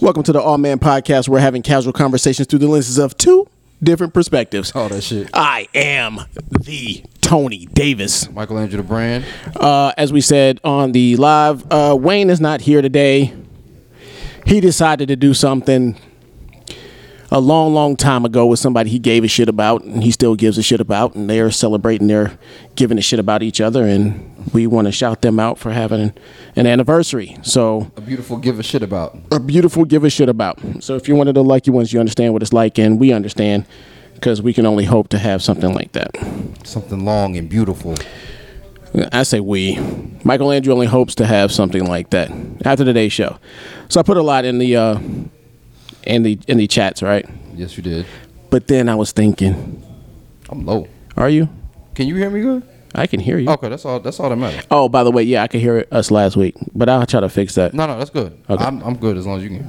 Welcome to the All Man Podcast. We're having casual conversations through the lenses of two different perspectives. All that shit. I am the Tony Davis. Michelangelo Brand. Uh, as we said on the live, uh, Wayne is not here today. He decided to do something a long, long time ago with somebody he gave a shit about, and he still gives a shit about, and they're celebrating, they're giving a shit about each other, and we want to shout them out for having an anniversary. So A beautiful give a shit about. a beautiful give a shit about. So if you're one of the lucky ones, you understand what it's like, and we understand because we can only hope to have something like that. Something long and beautiful. I say we. Michelangelo only hopes to have something like that after today's show. So I put a lot in the uh, in the in the chats, right? Yes, you did. But then I was thinking, I'm low. are you? Can you hear me good? I can hear you. Okay, that's all that's all that matters. Oh, by the way, yeah, I could hear us last week, but I'll try to fix that. No, no, that's good. Okay. I'm, I'm good as long as you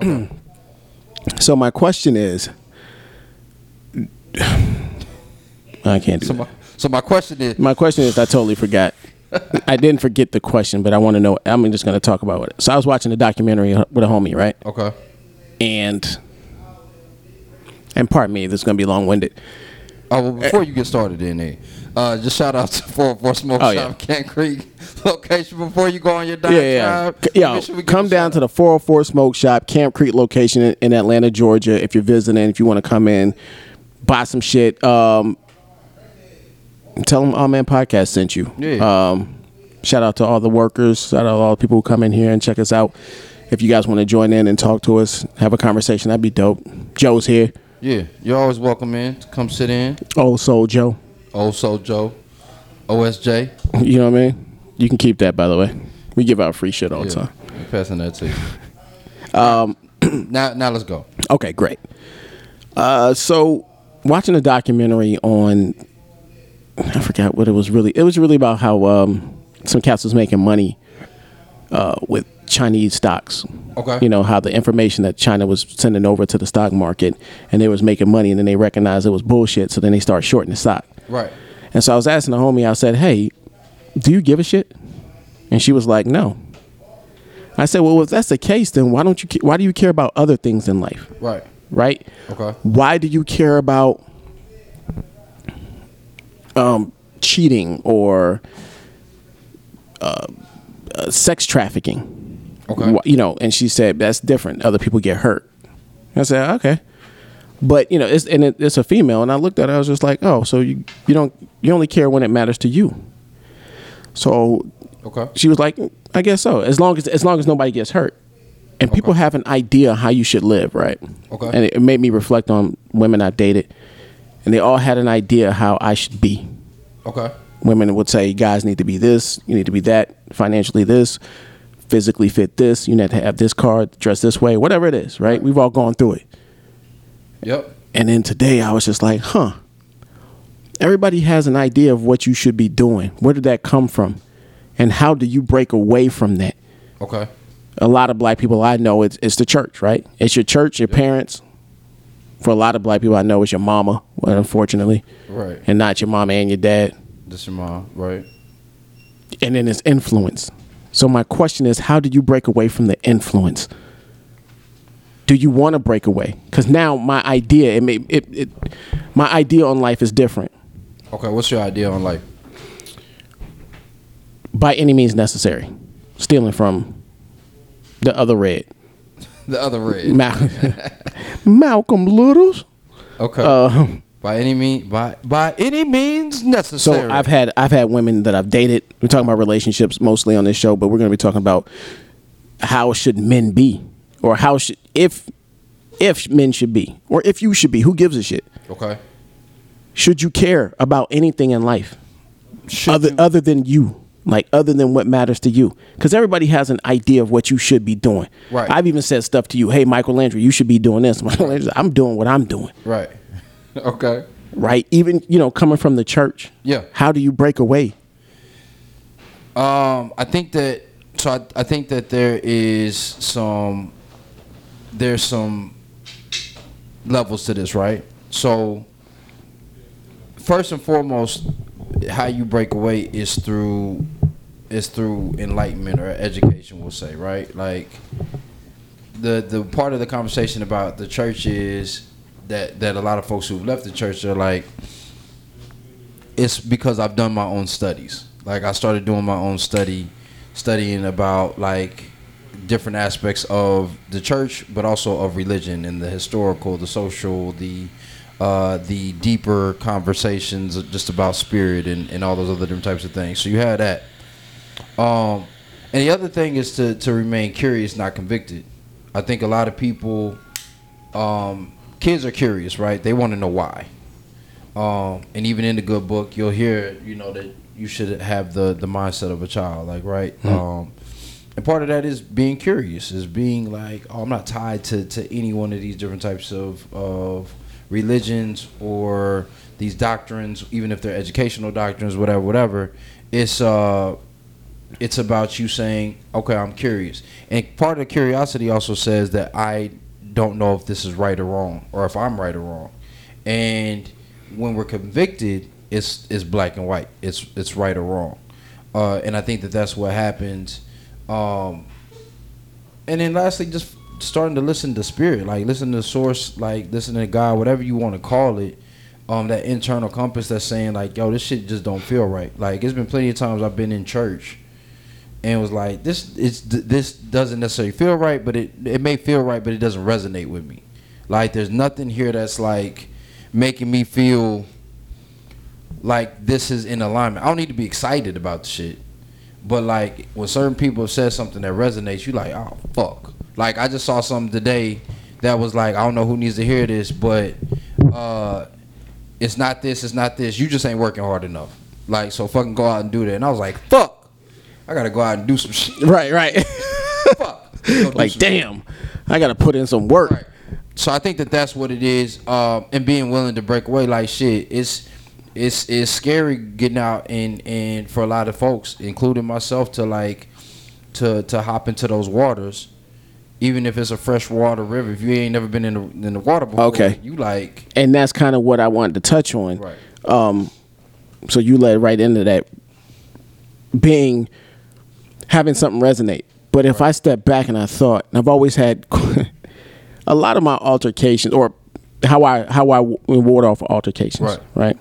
can. So my question is, I can't do So that. my, so my question is My question is, I totally forgot. I didn't forget the question, but I want to know. I'm just going to talk about it. So I was watching a documentary with a homie, right? Okay. And and pardon me, this is going to be long winded. Oh, well, before you get started in there, uh, just shout out to 404 Smoke Oh, yeah. Shop, Kent Creek location before you go on your Yeah, diet. yeah. yeah. C- Yo, come down to the 404 Smoke Shop, Camp Creek location in, in Atlanta, Georgia. If you're visiting, if you want to come in, buy some shit. Um, tell them All Man Podcast sent you. Yeah. Um, shout out to all the workers. Shout out to all the people who come in here and check us out. If you guys want to join in and talk to us, have a conversation, that'd be dope. Joe's here. Yeah, you're always welcome in. Come sit in. Old Soul Joe. Old Soul Joe, OSJ. You know what I mean? You can keep that, by the way. We give out free shit all the Yeah, time. I'm passing that to you. Um, now, now let's go. Okay, great. Uh, so, watching a documentary on, I forgot what it was really. It was really about how um, some cats was making money uh, with Chinese stocks. Okay. You know how the information that China was sending over to the stock market, and they was making money, and then they recognized it was bullshit, so then they started shorting the stock. Right. And so I was asking the homie, I said, "Hey, do you give a shit?" And she was like, "No." I said, "Well, if that's the case, then why don't you? ca- Why do you care about other things in life?" Right. right? Okay. Why do you care about um, cheating or uh, uh, sex trafficking? Okay. Wh- You know, and she said that's different. Other people get hurt. I said okay, but you know, it's and it, it's a female, and I looked at her. I was just like, oh, so you you don't you only care when it matters to you. So Okay. she was like, I guess so. As long as as long as nobody gets hurt, and people have an idea how you should live, right? Okay. And it, it made me reflect on women I dated, and they all had an idea how I should be. Okay. Women would say, guys need to be this, you need to be that, financially this, physically fit this, you need to have this car, dress this way, whatever it is, right? We've all gone through it. Yep. And then today I was just like, huh. Everybody has an idea of what you should be doing. Where did that come from? And how do you break away from that? Okay. a lot of black people I know, it's, it's the church, right? It's your church, your parents. For a lot of black people I know, it's your mama, unfortunately, Right. and not your mama and your dad. This your mom. Right. And then it's influence. So, my question is how do you break away from the influence? Do you want to break away? Because now my idea, it may, it, it, my idea on life is different Okay. What's your idea on life? by any means necessary. Stealing from the other red, The other red. Mal- Malcolm Littles. Okay. Uh, by any means. By by any means So necessary. I've had I've had women that I've dated. We're talking about relationships mostly on this show, but we're going to be talking about how should men be, or how should if if men should be, or if you should be. Who gives a shit? Okay. Should you care about anything in life Should other you- other than you? Like other than what matters to you, because everybody has an idea of what you should be doing. Right. I've even said stuff to you, "Hey, Michael Landry, you should be doing this." Michael Landry, I'm doing what I'm doing. Right. okay. Right. Even you know, coming from the church. Yeah. How do you break away? Um, I think that so. I, I think that there is some there's some levels to this, right? So first and foremost, how you break away is through is through enlightenment or education, we'll say, right? Like the the part of the conversation about the church is that that a lot of folks who've left the church are like, it's because I've done my own studies. Like I started doing my own study, studying about like different aspects of the church, but also of religion and the historical, the social, the uh, the deeper conversations just about spirit and, and all those other different types of things. So you had that. Um, and the other thing is to, to remain curious, not convicted. I think a lot of people, um, kids are curious, right? They want to know why. Um, and even in the good book, you'll hear, you know, that you should have the, the mindset of a child, like, right? Um, and part of that is being curious, is being like, oh, I'm not tied to, to any one of these different types of, of religions or these doctrines, even if they're educational doctrines, whatever, whatever. It's, uh, it's about you saying, okay, I'm curious. And part of curiosity also says that I don't know if this is right or wrong, or if I'm right or wrong. And when we're convicted, it's it's black and white. It's it's right or wrong. Uh, and I think that that's what happens. Um, and then lastly, just starting to listen to spirit, like listen to source, like listen to God, whatever you want to call it. Um, that internal compass that's saying like, yo, this shit just don't feel right. Like it's been plenty of times I've been in church and was like, this it's th- this doesn't necessarily feel right, but it it may feel right, but it doesn't resonate with me. Like there's nothing here that's like making me feel like this is in alignment. I don't need to be excited about the shit. But like when certain people say something that resonates, you like, oh fuck. Like I just saw something today that was like, I don't know who needs to hear this, but uh it's not this, it's not this. You just ain't working hard enough. Like so fucking go out and do that. And I was like, fuck. I gotta go out and do some shit. Right, right. Fuck. Go do like, some damn, I got to put in some work. Right. So I think that that's what it is, um, and being willing to break away. Like shit, it's it's it's scary getting out and and for a lot of folks, including myself, to like to to hop into those waters, even if it's a freshwater river. If you ain't never been in the, in the water before, Okay. you like And that's kind of what I wanted to touch on. Right. Um, so you led right into that being having something resonate. But if I step back and I thought, and I've always had a lot of my altercations or how I how I w- ward off altercations, Right. right?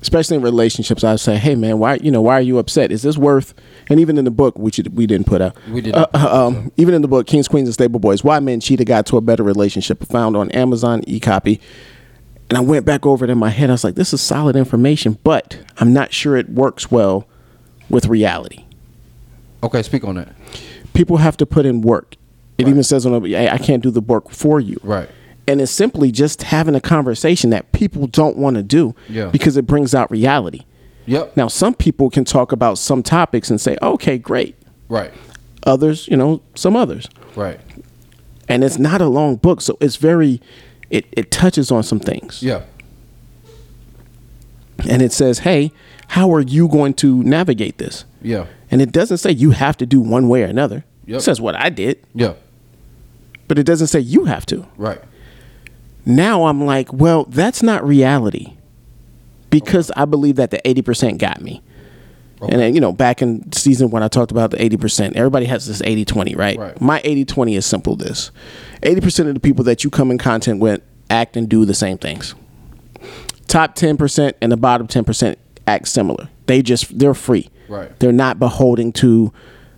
Especially in relationships, I say, "Hey, man, why you know why are you upset? Is this worth?" And even in the book, which we didn't put out, We didn't. uh, um, even in the book Kings, Queens, and Stable Boys, Why Men Cheat a Guy to a Better Relationship, found on Amazon e-copy. And I went back over it in my head. I was like, this is solid information, but I'm not sure it works well with reality. okay, speak on that. People have to put in work. It even says on the, I I can't do the work for you. Right. And it's simply just having a conversation that people don't want to do Yeah. because it brings out reality. Yep. Now, some people can talk about some topics and say, okay, great. Right. Others, you know, some others. Right. and it's not a long book so it's very it, it touches on some things Yeah. and it says hey how are you going to navigate this Yeah. and it doesn't say you have to do one way or another Yep. it says what i did Yeah. but it doesn't say you have to Right. now i'm like well that's not reality because i believe that the 80% got me and then, you know back in season one i talked about the 80% everybody has this 80-20 right, Right. my 80-20 is simple this 80% of the people that you come in contact with act and do the same things top 10% and the bottom 10% act similar they just they're free Right. they're not beholding to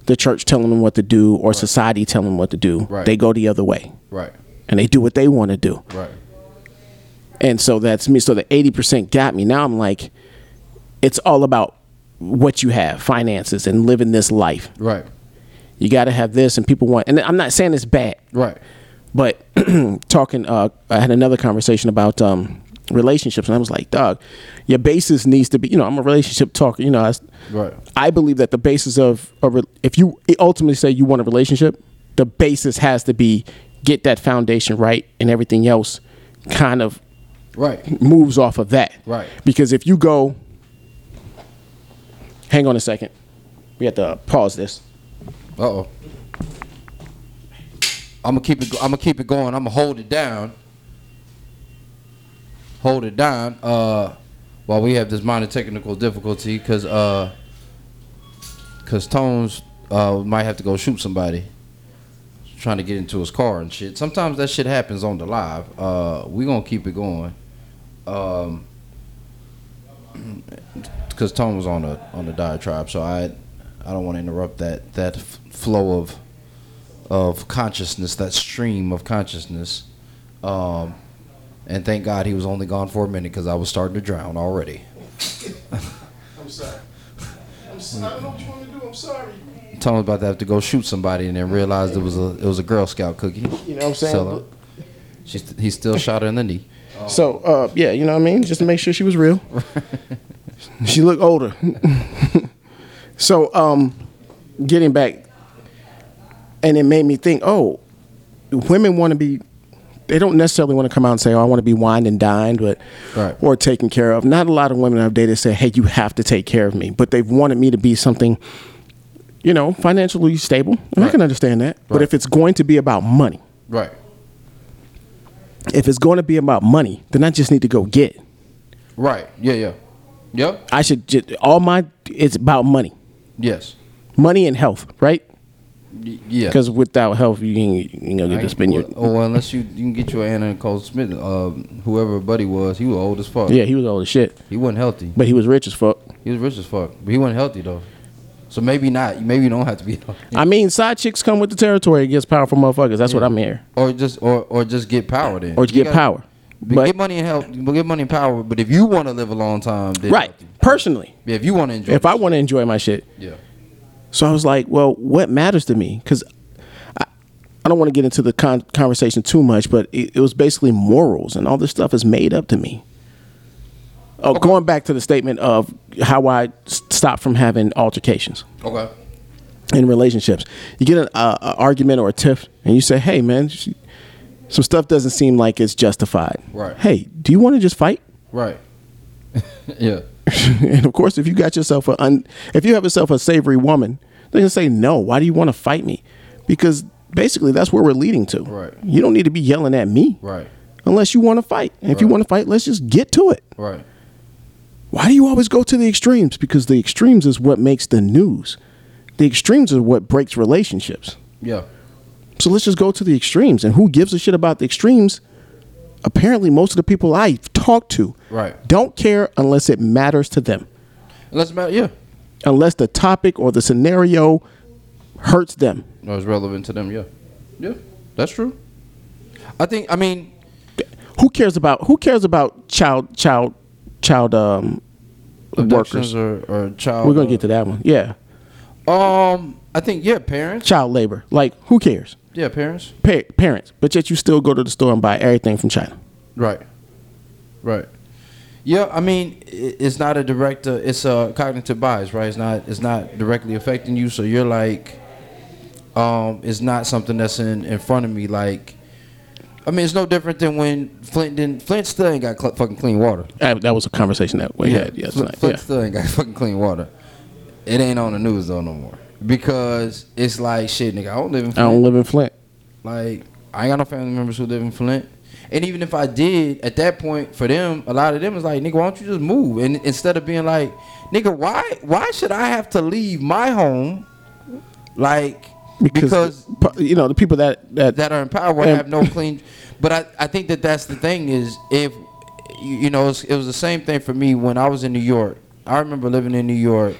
the church telling them what to do or society telling them what to do Right. they go the other way Right. and they do what they want to do Right. and so that's me. So the 80% got me. Now I'm like, it's all about what you have, finances, and living this life. Right. You got to have this, and people want. And I'm not saying it's bad, Right. but talking, uh, I had another conversation about um, relationships, and I was like, dog, your basis needs to be, you know, I'm a relationship talker. You know, I, s- Right. I believe that the basis of, a re- if you ultimately say you want a relationship, the basis has to be get that foundation right, and everything else kind of Right. moves off of that. Right. Because if you go, hang on a second, we have to pause this. Uh oh. I'm gonna keep it. I'm gonna keep it going. I'm gonna hold it down. Hold it down. Uh, while we have this minor technical difficulty, cause uh, cause Tones uh might have to go shoot somebody. trying to get into his car and shit. Sometimes that shit happens on the live. Uh, we gonna keep it going. Um, because Tone was on a on the diatribe, so I I don't want to interrupt that that f- flow of of consciousness, that stream of consciousness. Um, and thank God he was only gone for a minute because I was starting to drown already. I'm sorry. I'm sorry. I don't know what you want me to do. I'm sorry. Tone was about to have to go shoot somebody and then realized it was a it was a Girl Scout cookie. You know what I'm saying? Sell her. She st- he still shot her in the knee. So, uh, yeah, you know what I mean? Just to make sure she was real. she looked older. so, um, getting back, and it made me think, oh, women want to be, they don't necessarily want to come out and say, oh, I want to be wined and dined, but, Right. or taken care of. Not a lot of women I've dated say, hey, you have to take care of me, but they've wanted me to be something, you know, financially stable. And I Right. can understand that. But Right. if it's going to be about money, Right. if it's going to be about money, then I just need to go get it. Right. Yeah. Yeah. Yep. I should just all my it's about money, Yes. money and health, right? Y- yeah. Because without health, you ain't you know get to spend your oh, Well, well, unless you you can get your Anna Nicole Smith, um, whoever buddy was, he was old as fuck. yeah. He was old as shit, He wasn't healthy. but he was rich as fuck. He was rich as fuck, but he wasn't healthy though. So maybe not. Maybe you don't have to be healthy, I mean, side chicks come with the territory against powerful motherfuckers. That's what I'm here. or just or or just get power then, Or to get You gotta- power, But but get money and help. But get money and power. But if you want to live a long time, then right healthy. personally, Yeah, if you want to enjoy. if I want to enjoy my shit, yeah. So I was like, well, what matters to me? Because I, I don't want to get into the con- conversation too much, but it, it was basically morals and all this stuff is made up to me. Oh, Going back to the statement of how I s- stopped from having altercations Okay. in relationships. You get an uh, a argument or a tiff, and you say, hey, man, sh- some stuff doesn't seem like it's justified. Right. Hey, do you want to just fight? Right. yeah. and of course, if you got yourself a un, if you have yourself a savory woman, they're gonna say no. Why do you want to fight me? Because basically, that's where we're leading to. Right. You don't need to be yelling at me. Right. Unless you want to fight. And if you Right. want to fight, let's just get to it. Right. Why do you always go to the extremes? Because the extremes is what makes the news. The extremes are what breaks relationships. Yeah. So let's just go to the extremes. And who gives a shit about the extremes? Apparently, most of the people I've talked to Right. don't care unless it matters to them. Let's matter. Yeah. unless the topic or the scenario hurts them. No, it's relevant to them. Yeah. Yeah. That's true. I think. I mean. Who cares about who cares about child child child um Workers workers? or, or child. We're gonna get to that one. Yeah, Um, I think yeah, parents. child labor. Like who cares? Yeah, parents. Pa- parents, but yet you still go to the store and buy everything from China. Right. Right. Yeah, I mean, i- it's not a direct. Uh, it's a cognitive bias, right? It's not. It's not directly affecting you, so you're like, um, it's not something that's in in front of me. Like, I mean, it's no different than when Flint didn't. Flint still ain't got cl- fucking clean water. Uh, that was a conversation that we had Flint, yesterday. Flint yeah. still ain't got fucking clean water. It ain't on the news though no more because it's like shit, nigga. I don't live in. I Flint. don't live in Flint. Like I ain't got no family members who live in Flint. And even if I did, at that point, for them, a lot of them is like, nigga, why don't you just move? And instead of being like, nigga, why why should I have to leave my home? Like because, pu- you know the people that that, that are in power And- have no clean. But I, I think that that's the thing is if you, you know it's, it was the same thing for me when I was in New York. I remember living in New York,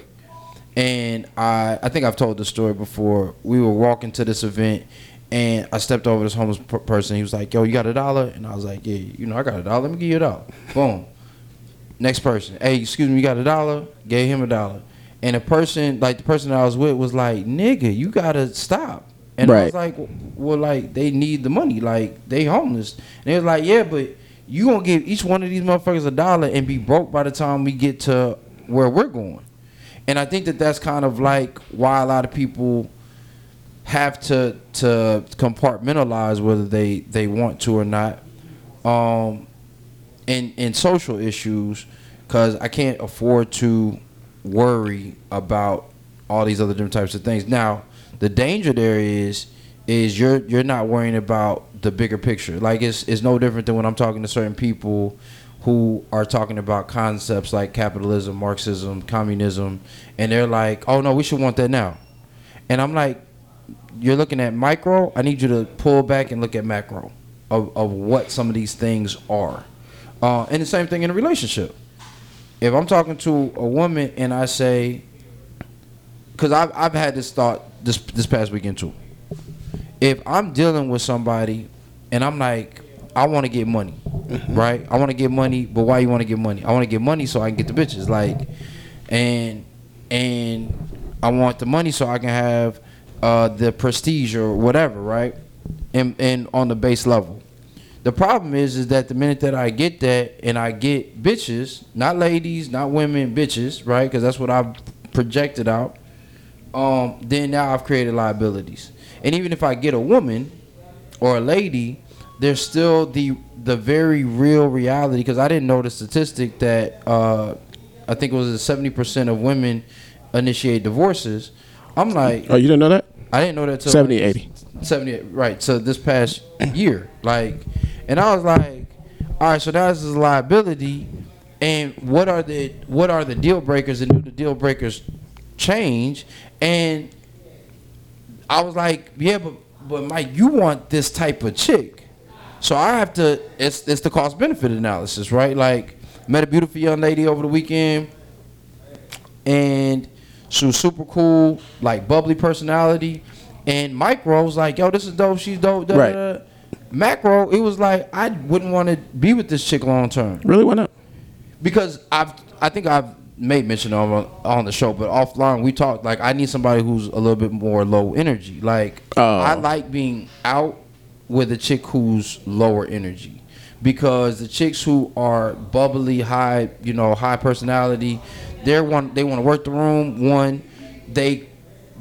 and I I think I've told this story before. We were walking to this event. And I stepped over this homeless per- person. He was like, "Yo, you got a dollar?" And I was like, "Yeah, you know, I got a dollar. Let me give you a dollar." Boom. Next person. Hey, excuse me, you got a dollar? Gave him a dollar. And the person, like the person that I was with, was like, "Nigga, you gotta stop." And I was Right. like, "Well, like they need the money. Like they homeless." And they was like, "Yeah, but you gonna give each one of these motherfuckers a dollar and be broke by the time we get to where we're going." And I think that that's kind of like why a lot of people have to to compartmentalize whether they they want to or not um in in social issues because i can't afford to worry about all these other different types of things now the danger there is is you're you're not worrying about the bigger picture like it's it's no different than when i'm talking to certain people who are talking about concepts like capitalism marxism communism and they're like oh no we should want that now and i'm like you're looking at micro, I need you to pull back and look at macro of, of what some of these things are. Uh, and the same thing in a relationship. If I'm talking to a woman and I say, because I've, I've had this thought this, this past weekend too. If I'm dealing with somebody and I'm like, I want to get money, right? I want to get money, but why you want to get money? I want to get money so I can get the bitches. Like, and and I want the money so I can have uh, the prestige or whatever, right? And and on the base level. The problem is is that the minute that I get that and I get bitches, not ladies, not women, bitches, right? Because that's what I've projected out. Um, then now I've created liabilities. And even if I get a woman or a lady, there's still the the very real reality because I didn't know the statistic that uh, I think it was seventy percent of women initiate divorces. I'm like, Oh, you didn't know that? I didn't know that till 70, 80. 78, right. So this past year, like, and I was like, all right, so that's his liability. And what are the what are the deal breakers and do the deal breakers change? And I was like, yeah, but but Mike, you want this type of chick, so I have to. It's it's the cost benefit analysis, right? Like, met a beautiful young lady over the weekend and she was super cool, like bubbly personality. And micro was like, "Yo, this is dope. She's dope." Da, Right. da, da. Macro, it was like I wouldn't want to be with this chick long term Really? Why not? because I've I think I've made mention on on the show, but offline we talked like I need somebody who's a little bit more low energy. Like Oh. I like being out with a chick who's lower energy because the chicks who are bubbly, high, you know, high personality, they're one they want to work the room. One, they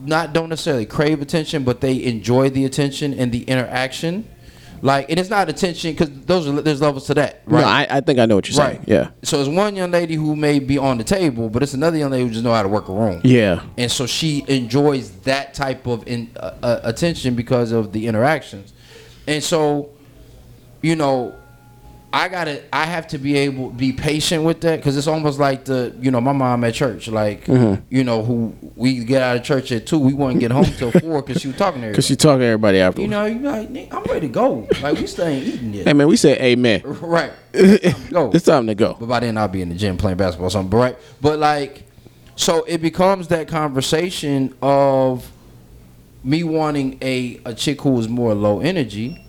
not don't necessarily crave attention, but they enjoy the attention and the interaction. Like, and it's not attention because those are there's levels to that, right? No, I, I think I know what you're saying. Right. Yeah. So it's one young lady who may be on the table, but it's another young lady who just know how to work a room. Yeah. And so she enjoys that type of in, uh, uh, attention because of the interactions. And so, you know, I gotta, I have to be able, be patient with that because it's almost like the, you know, my mom at church, like, Mm-hmm. you know, who we get out of church at two, we wouldn't get home till four because she was talking to everybody. Because she talking to everybody afterwards. you know, you like, "Nigga, I'm ready to go. Like we still ain't eating hey, yet, man, we said amen. right? Go. it's time to go. But by then I'll be in the gym playing basketball or something. But right. But like so it becomes that conversation of me wanting a, a chick who is more low energy.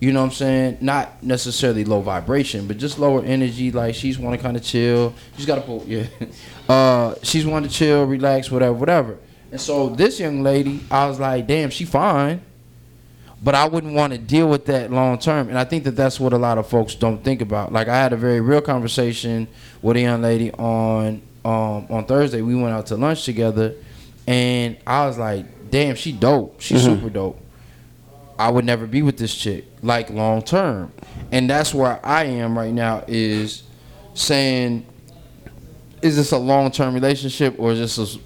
You know what I'm saying? Not necessarily low vibration, but just lower energy. Like she's want to kind of chill. She's got to pull, yeah. Uh, she's want to chill, relax, whatever, whatever. And so this young lady, I was like, damn, she fine but I wouldn't want to deal with that long term. And I think that that's what a lot of folks don't think about. Like I had a very real conversation with a young lady on um, on Thursday. We went out to lunch together, and I was like, "Damn, she dope. She's super dope." I would never be with this chick like long term, and that's where I am right now. Is saying is this a long term relationship or is this a,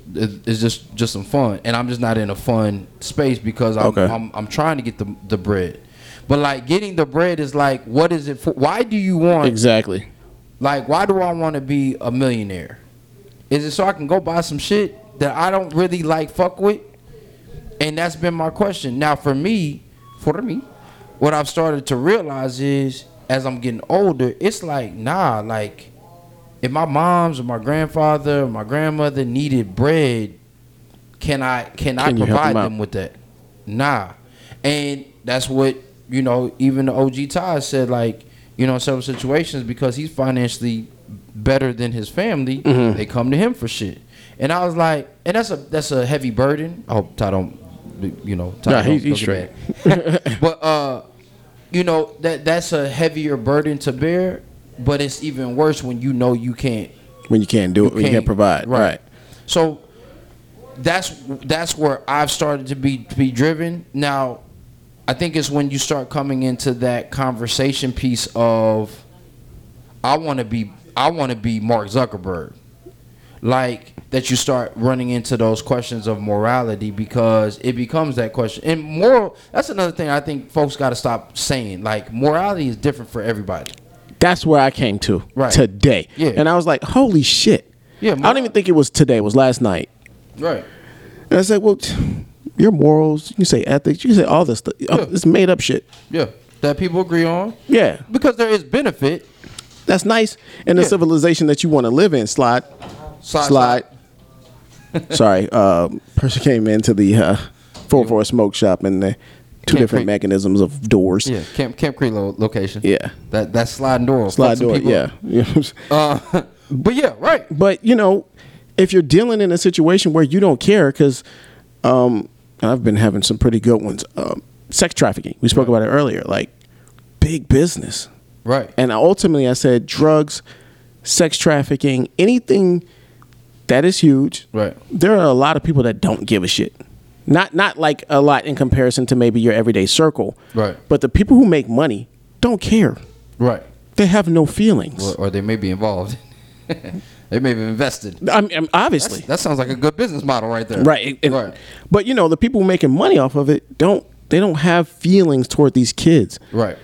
is this just some fun? And I'm just not in a fun space because I'm Okay. I'm, I'm trying to get the the bread, but like getting the bread is like what is it for? Why do you want Exactly. like why do I want to be a millionaire? Is it so I can go buy some shit that I don't really like fuck with? And that's been my question. Now for me, for me, what I've started to realize is as I'm getting older, it's like nah, like if my mom's or my grandfather or my grandmother needed bread, can I can, I Can you help provide them out? them with that? Nah. And that's what, you know, even the OG Todd said, like, you know, in several situations because he's financially better than his family, they come to him for shit. And I was like, and that's a that's a heavy burden. I hope Todd don't you know, Todd Nah, don't- he's- he's don't get mad. but uh you know that that's a heavier burden to bear, but it's even worse when you know you can't When you can't do it, when you can't provide. Right. so that's that's where I've started to be to be driven. Now, I think it's when you start coming into that conversation piece of I want to be I want to be Mark Zuckerberg. Like that you start running into those questions of morality because it becomes that question. And moral that's another thing I think folks got to stop saying. Like morality is different for everybody. That's where I came to Right. today. Yeah. And I was like, holy shit. Yeah, I don't even think it was today. It was last night. Right. And I said, well, your morals, you can say ethics, you can say all this stuff. Uh, It's made up shit. Yeah, that people agree on Yeah, because there is benefit. that's nice in the Yeah. civilization that you want to live in. Slide, Slide, slide. Sorry, uh, person came into the uh, four four smoke shop and the two Can't different creep. mechanisms of doors. Yeah, Camp Camp Creek lo- location. Yeah. that that sliding door. slide Fuck some door. people. Yeah. Uh, but yeah, right. but you know, if you're dealing in a situation where you don't care, because um, I've been having some pretty good ones. Um, sex trafficking. We spoke about it earlier. Like big business. Right. And ultimately, I said drugs, sex trafficking, anything that is huge. Right. There are a lot of people that don't give a shit. Not not like a lot in comparison to maybe your everyday circle. Right. But the people who make money don't care. Right. They have no feelings. Or, or they may be involved. they may be invested. I mean, obviously. That sounds like a good business model right there. right and- right. but you know the people making money off of it don't they don't have feelings toward these kids Right.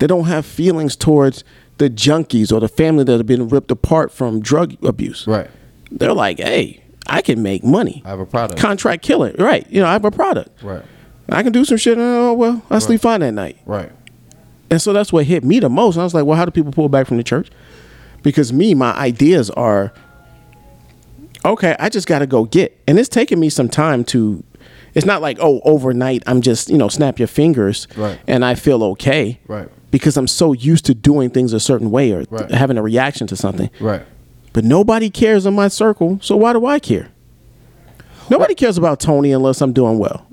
they don't have feelings towards the junkies or the family that have been ripped apart from drug abuse Right. they're like hey i can make money I have a product. contract killer right you know i have a product Right. i can do some shit and, oh well i sleep fine at night Right. and so that's what hit me the most. And I was like, well, how do people pull back from the church? Because me, my ideas are okay, I just got to go get. And it's taken me some time to, it's not like, oh, overnight, I'm just, you know, snap your fingers Right. and I feel okay. Right. Because I'm so used to doing things a certain way or th- Right. having a reaction to something. Right. But nobody cares in my circle. So why do I care? Nobody cares about Tony unless I'm doing well.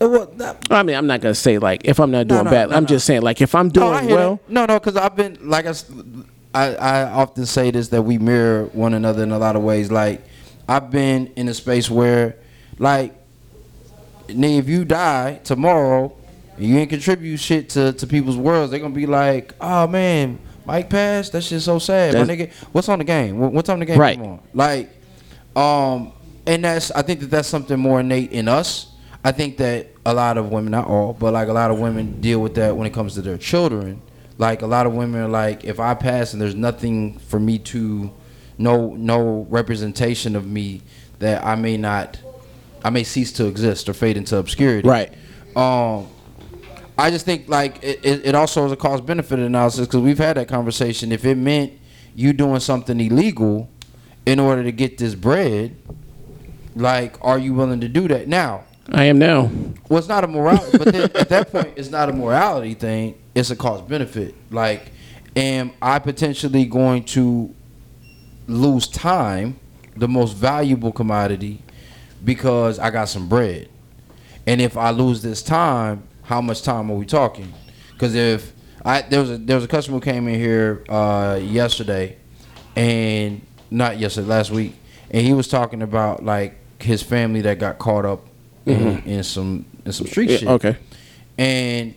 Uh, Well, that, I mean, I'm not going to say like if I'm not No, doing no, bad. no, I'm no. just saying like if I'm no, I doing hear well. that. no, no, because I've been like I, s- I- I often say this that we mirror one another in a lot of ways. Like I've been in a space where, like, nigga, if you die tomorrow, and you ain't contribute shit to, to people's worlds, they're gonna be like, oh man, Mike passed. That shit's so sad, my nigga. What's on the game? What, what's on the game? Right. Come on. Like, um, and that's I think that that's something more innate in us. I think that a lot of women, not all, but like a lot of women deal with that when it comes to their children. Like a lot of women are like, if I pass and there's nothing for me to, no no representation of me that I may not, I may cease to exist or fade into obscurity. Right. Um, I just think like it, it, it also is a cost benefit analysis because we've had that conversation. If it meant you doing something illegal in order to get this bread, like, are you willing to do that? Now, I am now. well, it's not a morality, but then at that point, it's not a morality thing. It's a cost benefit. Like, am I potentially going to lose time, the most valuable commodity, because I got some bread? And if I lose this time, how much time are we talking? Because if I there was a there was a customer who came in here uh, yesterday, and not yesterday, last week, and he was talking about like his family that got caught up in, in some in some street Mm-hmm. Yeah, shit. okay. and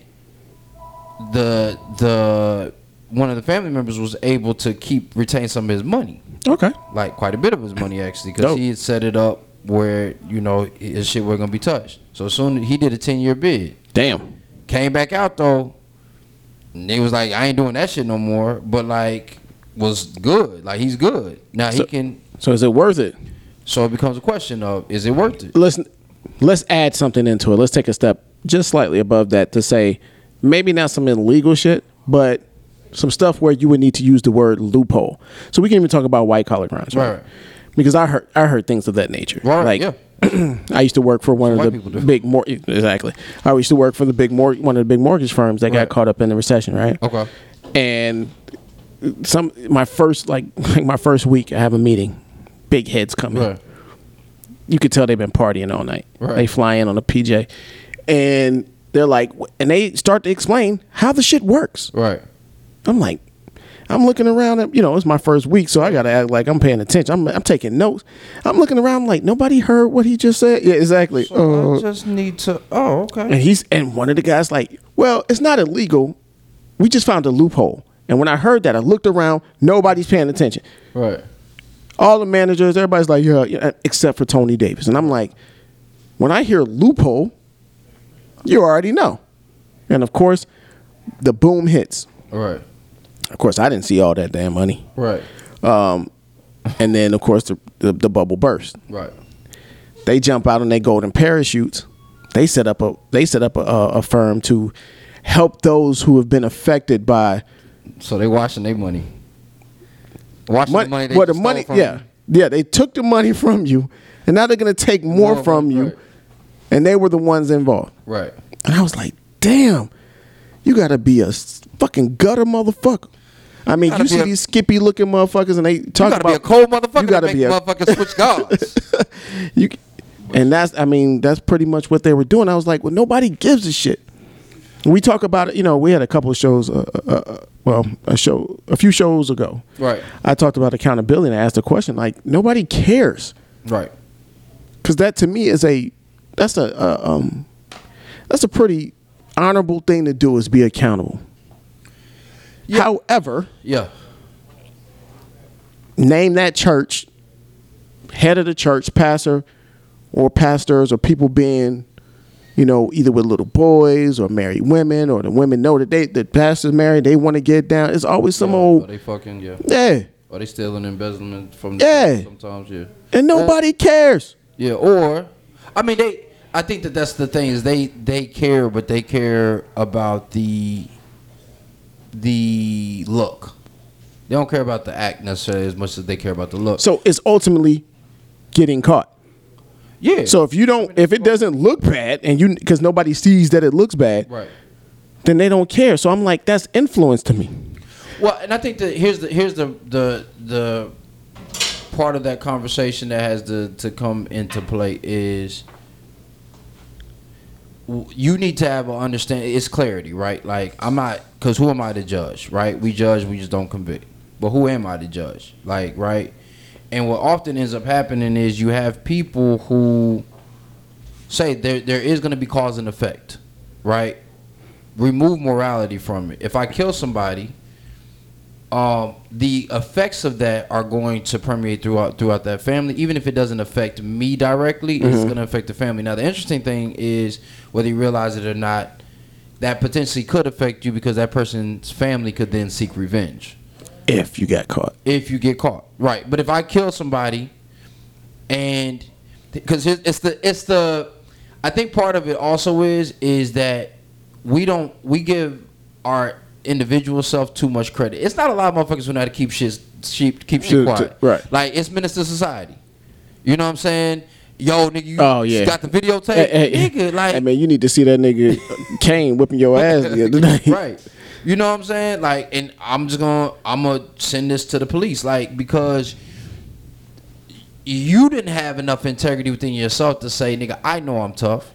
the the one of the family members was able to keep retain some of his money Okay. like quite a bit of his money actually because Dope. he had set it up where you know his shit wasn't gonna be touched. So as soon he did a ten year bid, Damn. came back out though, and he was like, I ain't doing that shit no more. But like, was good. Like he's good now. He So- can. So is it worth it? So it becomes a question of is it worth it? Let's let's add something into it. Let's take a step just slightly above that to say maybe not some illegal shit, but some stuff where you would need to use the word loophole. So we can even talk about white collar crimes, right? Right. Because I heard I heard things of that nature. Like Right, yeah. I used to work for one White of people do. the big mor- exactly. I used to work for the big mor- one of the big mortgage firms that Right. got caught up in the recession, right? Okay. and some my first like, like my first week I have a meeting. Big heads come in. Right. You could tell they've been partying all night. Right. They fly in on a PJ, and they're like, and they start to explain how the shit works. Right. I'm like, I'm looking around at you know it's my first week, so I gotta act like I'm paying attention. I'm I'm taking notes. I'm looking around like nobody heard what he just said. Yeah, exactly. Uh, I just need to. Oh, okay. and he's and one of the guys like, well, it's not illegal. We just found a loophole. And when I heard that, I looked around. Nobody's paying attention. Right. All the managers, everybody's like, yeah, yeah, except for Tony Davis. And I'm like, when I hear loophole, you already know. And of course, the boom hits. Right. Of course, I didn't see all that damn money. Right. Um, and then, of course, the, the, the bubble burst. Right. They jump out on their golden parachutes. They set up a they set up a, a, a firm to help those who have been affected by So they washing their money. Washing money. the money. They well, the just money, stole from yeah, yeah. They took the money from you, and now they're gonna take more, More, from you, right. and they were the ones involved. you. Right. And I was like, damn, you gotta be a s- fucking gutter motherfucker. I mean, you, Gotta be see a- these skippy looking motherfuckers, and they You talk gotta about be a cold motherfucker. You gotta to make be a motherfucker switch guards. you, and that's I mean that's pretty much what they were doing. I was like, well, nobody gives a shit. We talk about it, you know. We had a couple of shows, uh, uh, uh, well, a show, a few shows ago. Right. I talked about accountability and I asked a question like, nobody cares right. because that to me is a that's a uh, um that's a pretty honorable thing to do is be accountable. However, Yeah. name that church, head of the church, pastor or pastors or people being, you know, either with little boys or married women or the women know that they the pastor's married, they want to get down. It's always some Are old they fucking yeah? yeah, Are they stealing embezzlement from? Yeah. The sometimes yeah. and nobody cares. Yeah. Or, I mean, they. I think that that's the thing is they they care, but they care about the the look. They don't care about the act necessarily as much as they care about the look. So it's ultimately getting caught. yeah. So if you don't, if it doesn't look bad, and you because nobody sees that it looks bad, right. then they don't care. So I'm like, that's influence to me. Well, and I think that here's the here's the the the part of that conversation that has to to come into play is w- you need to have an understand it's clarity right like i'm not because who am i to judge right we judge we just don't convict but who am i to judge like right and what often ends up happening is you have people who say there there is going to be cause and effect right remove morality from it if i kill somebody um, the effects of that are going to permeate throughout throughout that family. Even if it doesn't affect me directly, it's going to affect the family. Now, the interesting thing is whether you realize it or not, that potentially could affect you because that person's family could then seek revenge If you got caught, if you get caught. Right. But if I kill somebody and because it's the it's the I think part of it also is is that we don't we give our individual self too much credit. It's not a lot of motherfuckers who know how to keep shit sheep keep To- to- shit quiet. right. Like it's minister society. You know what I'm saying? Yo, nigga, you Oh, yeah. got the videotape, hey, hey, nigga. Like, hey, man, you need to see that nigga Kane whipping your ass the other night. right. You know what I'm saying? Like, and I'm just gonna I'm gonna send this to the police, like because you didn't have enough integrity within yourself to say, nigga, I know I'm tough.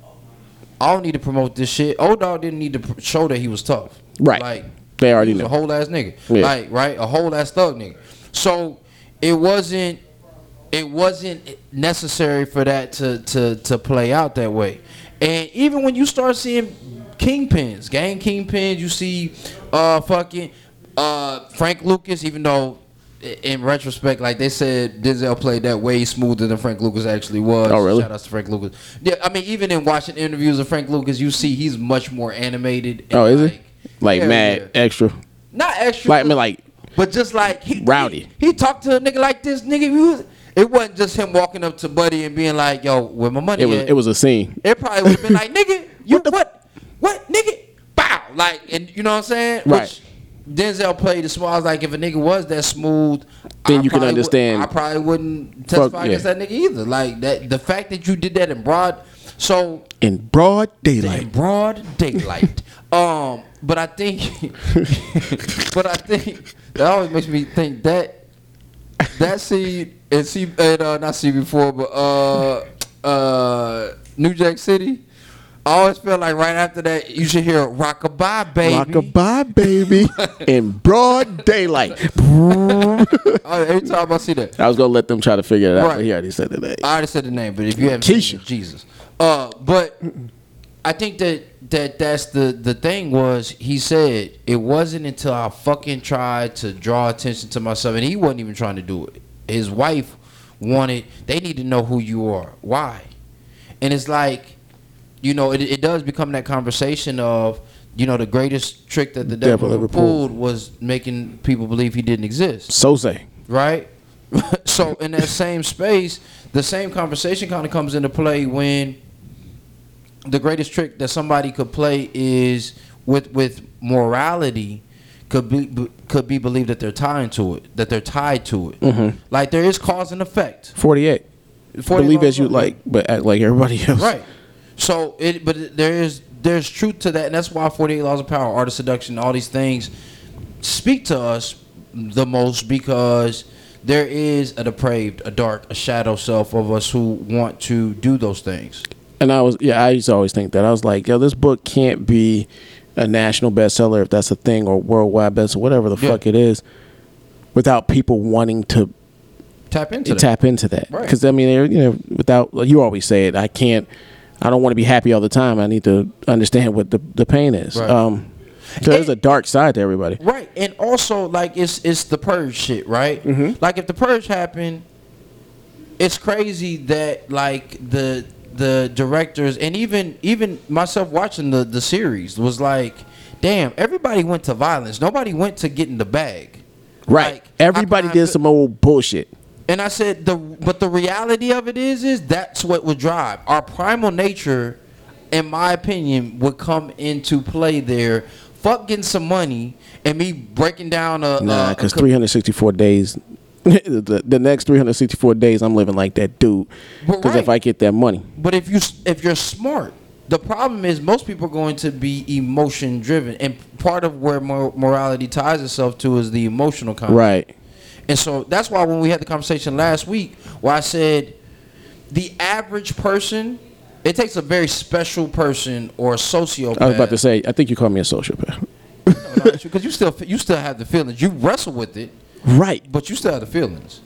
I don't need to promote this shit. Old dog didn't need to pr- show that he was tough. Right. Like They already he was knew. a whole ass nigga. Yeah. Like right, a whole ass thug nigga. So it wasn't it wasn't necessary for that to to to play out that way. And even when you start seeing kingpins, gang kingpins, you see uh fucking uh Frank Lucas, even though i- in retrospect, like they said, Denzel played that way smoother than Frank Lucas actually was. Oh, really? Shout out to Frank Lucas. Yeah, I mean, even in watching interviews of Frank Lucas, you see he's much more animated. and Oh, is it like- like Yeah, mad yeah. extra? Not extra. Like I mean, like But just like he Rowdy. he, he talked to a nigga like this nigga. He was, it wasn't just him walking up to Buddy and being like, "Yo, where my money?" it was at? it was a scene. It probably would have been like, "Nigga, you What the- what, what? Nigga, bow!" Like, and you know what I'm saying? Right. Which Denzel played the small. I was like, if a nigga was that smooth, Then you can probably would- understand. I probably wouldn't testify Fuck, yeah. against that nigga either. Like that, the fact that you did that in broad. So In broad daylight, in broad daylight. um, but I think, but I think that always makes me think that that scene and see and uh, not see before, but uh, uh, New Jack City. I always felt like right after that you should hear "Rockabye, baby." rockabye baby, in broad daylight. I Uh, every time I see that, was gonna let them try to figure it out, but Right. he already said that. I already said the name, but if you haven't seen Keisha. it, Jesus. Uh, but I think that that that's the the thing was he said it wasn't until I fucking tried to draw attention to myself, and he wasn't even trying to do it. His wife wanted they need to know who you are, why, and it's like, you know, it, it does become that conversation of. You know the greatest trick that the devil, Devil ever ever pulled. pulled was making people believe he didn't exist So say right? so in that same space, the same conversation kind of comes into play when the greatest trick that somebody could play is with with morality could be be- could be believed that they're tied to it, that they're tied to it. Like there is cause and effect. 48. 40 Believe as you dollars. like, but act like everybody else. Right. So it, but it- there is there's truth to that, and that's why Forty Eight Laws of Power, Art of Seduction, all these things speak to us the most because there is a depraved, a dark, a shadow self of us who want to do those things. And I was, yeah, I used to always think that. I was like, yo, this book can't be a national bestseller if that's a thing or worldwide best, whatever the Yeah. fuck it is, without people wanting to Tap into that. tap into that. Right. Because, I mean, they're, you know, without, like you always say it, I can't, I don't want to be happy all the time. I need to understand what the, the pain is. Right. Um, so there's a dark side to everybody. Right, and also like it's it's the purge shit, right? Like if the purge happened, it's crazy that like the the directors and even even myself watching the the series was like, damn, everybody went to violence. Nobody went to getting the bag. Right. Like, everybody I- I- did some old bullshit. And I said the but the reality of it is is that's what would drive our primal nature, in my opinion, would come into play there. Fuck getting some money and me breaking down a Nah, a- because a co- 364 days, the, the next 364 days, I'm living like that dude. But Because if right. I get that money, But if you if you're smart, the problem is most people are going to be emotion driven, and part of where mor- morality ties itself to is the emotional content. right? And so that's why when we had the conversation last week, where I said the average person, it takes a very special person or a sociopath. I was about to say, I think you call me a sociopath. because you still you still have the feelings. You wrestle with it, Right. but you still have the feelings.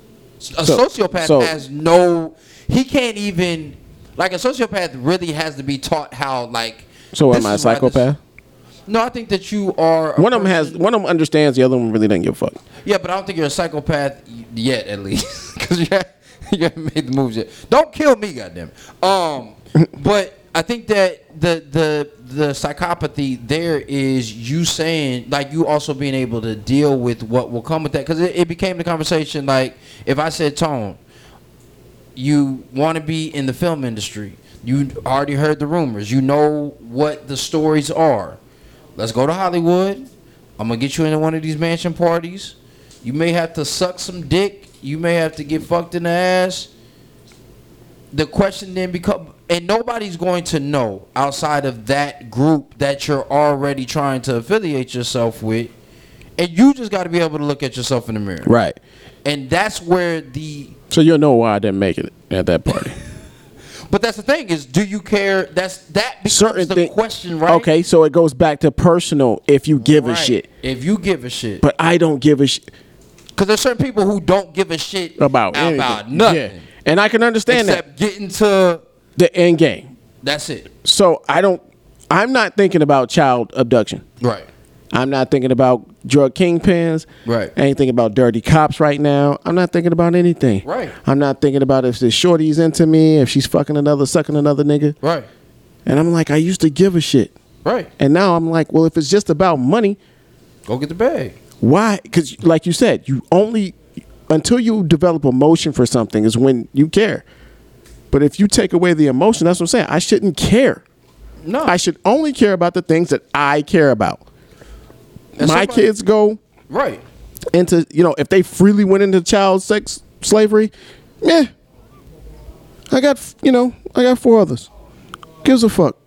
A So- sociopath so- has no. He can't even like a sociopath really has to be taught how like. So this am I a is why this- psychopath? No, I think that you are. a One of them has person- one of them understands, the other one really doesn't give a fuck. Yeah, but I don't think you're a psychopath y- yet, at least, because you, ha- you haven't made the moves yet. Don't kill me, goddamn. it. Um, but I think that the the the psychopathy there is you saying like you also being able to deal with what will come with that, because it, it became the conversation like if I said tone, you want to be in the film industry. You already heard the rumors. You know what the stories are. Let's go to Hollywood. I'm gonna get you into one of these mansion parties. You may have to suck some dick. You may have to get fucked in the ass. The question then become, and nobody's going to know outside of that group that you're already trying to affiliate yourself with, and you just got to be able to look at yourself in the mirror. Right. And that's where the So you'll know why I didn't make it at that party. But that's the thing is, do you care? That's that becomes Certain the thing- question, right? Okay, so it goes back to personal. If you give a Right. shit, If you give a shit, but I don't give a shit because there's certain people who don't give a shit about anything. about nothing Yeah. And I can understand except getting to. that the end game. That's it. So I don't. I'm not thinking about child abduction. Right. I'm not thinking about drug kingpins. Right. I ain't thinking about dirty cops right now. I'm not thinking about anything. Right. I'm not thinking about if this shorty's into me, if she's fucking another, sucking another nigga. Right. And I'm like, I used to give a shit. Right. And now I'm like, well, if it's just about money, Go get the bag. why? Because, like you said, you only, until you develop emotion for something is when you care. But if you take away the emotion, that's what I'm saying. I shouldn't care. No. I should only care about the things that I care about. And My somebody- kids go Right. into you know if they freely went into child sex slavery, yeah. I got you know I got four others. Gives a fuck,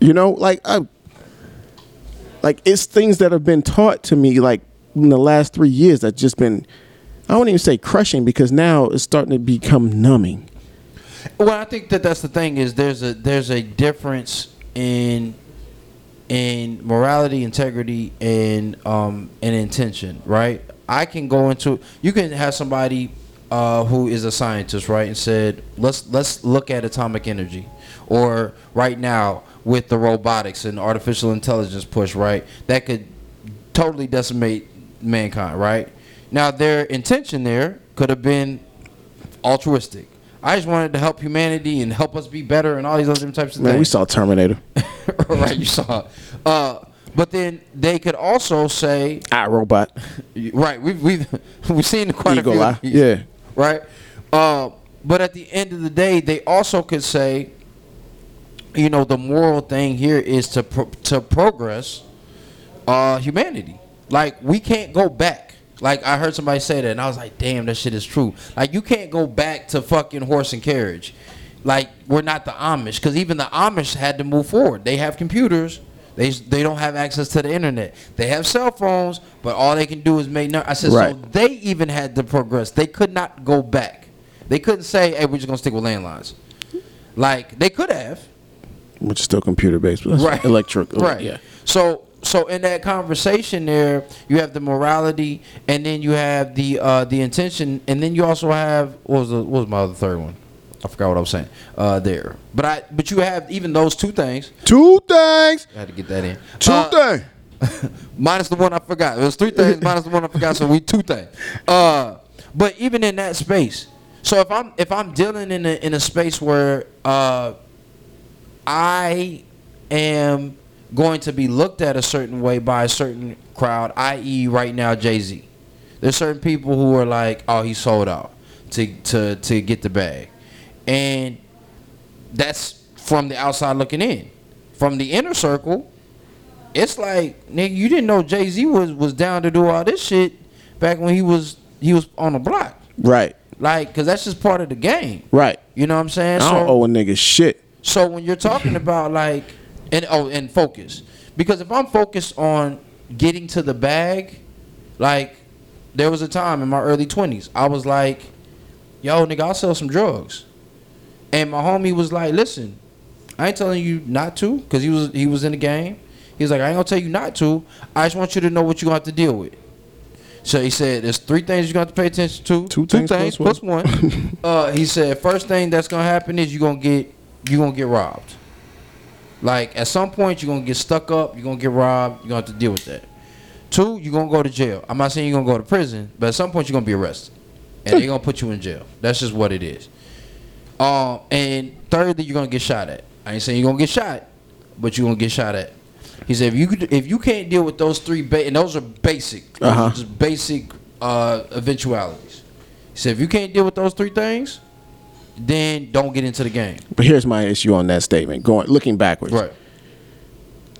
you know like I. Like it's things that have been taught to me like in the last three years that just been, I won't even say crushing because now it's starting to become numbing. Well, I think that that's the thing is there's a there's a difference in in morality, integrity, and um and intention, right? I can go into you can have somebody uh, who is a scientist, right, and said let's let's look at atomic energy, or right now with the robotics and artificial intelligence push, right, that could totally decimate mankind, right? Now their intention there could have been altruistic. I just wanted to help humanity and help us be better and all these other different types of Man, things. we saw Terminator. right, you saw. it. Uh, but then they could also say, I Robot. right, we've we've we've seen quite Eagle a few. Eye. of these. Yeah. right? Uh, but at the end of the day, they also could say, you know, the moral thing here is to pro- to progress uh, humanity. Like we can't go back. Like I heard somebody say that, and I was like, damn, that shit is true. Like you can't go back to fucking horse and carriage. Like we're not the Amish, because even the Amish had to move forward. They have computers. They, they don't have access to the internet. They have cell phones, but all they can do is make. No- I said so. Right. They even had to progress. They could not go back. They couldn't say, "Hey, we're just gonna stick with landlines." Like they could have, which is still computer based, but that's right? electric. right? Yeah. So, so in that conversation there, you have the morality, and then you have the uh, the intention, and then you also have what was the, what was my other third one? I forgot what I was saying uh, there. But I but you have even those two things. Two things. I had to get that in. Two Uh, things. minus the one I forgot. It was three things minus the one I forgot, so we two things. Uh, but even in that space, so if I'm if I'm dealing in a in a space where uh, I am going to be looked at a certain way by a certain crowd, i.e., right now Jay Z. There's certain people who are like, oh, he sold out to to to get the bag, and that's from the outside looking in. From the inner circle, it's like nigga, you didn't know Jay Z was was down to do all this shit back when he was he was on the block, Right. like, cause that's just part of the game. Right. You know what I'm saying? I don't So- owe a nigga shit. so when you're talking about like and oh and focus, because if I'm focused on getting to the bag, like there was a time in my early twenties, I was like, "Yo, nigga, I'll sell some drugs," and my homie was like, "Listen, I ain't telling you not to," because he was he was in the game. He was like, "I ain't gonna tell you not to. I just want you to know what you gonna have to deal with." So he said, "There's three things you're gonna have to pay attention to. Two things plus one." uh, he said, first thing that's gonna happen is you're gonna get you're gonna get robbed. Like at some point you're gonna get stuck up. You're gonna get robbed. You're gonna have to deal with that. Two, you're gonna go to jail. I'm not saying you're gonna go to prison, but at some point you're gonna be arrested, and they're gonna put you in jail. That's just what it is. Um, and thirdly, you're gonna get shot at. I ain't saying you're gonna get shot, but you're gonna get shot at. He said if you could, if you can't deal with those three, ba- and those are basic, those are Uh-huh. just basic uh, eventualities. He said if you can't deal with those three things, then don't get into the game. But here's my issue on that statement. Going looking backwards.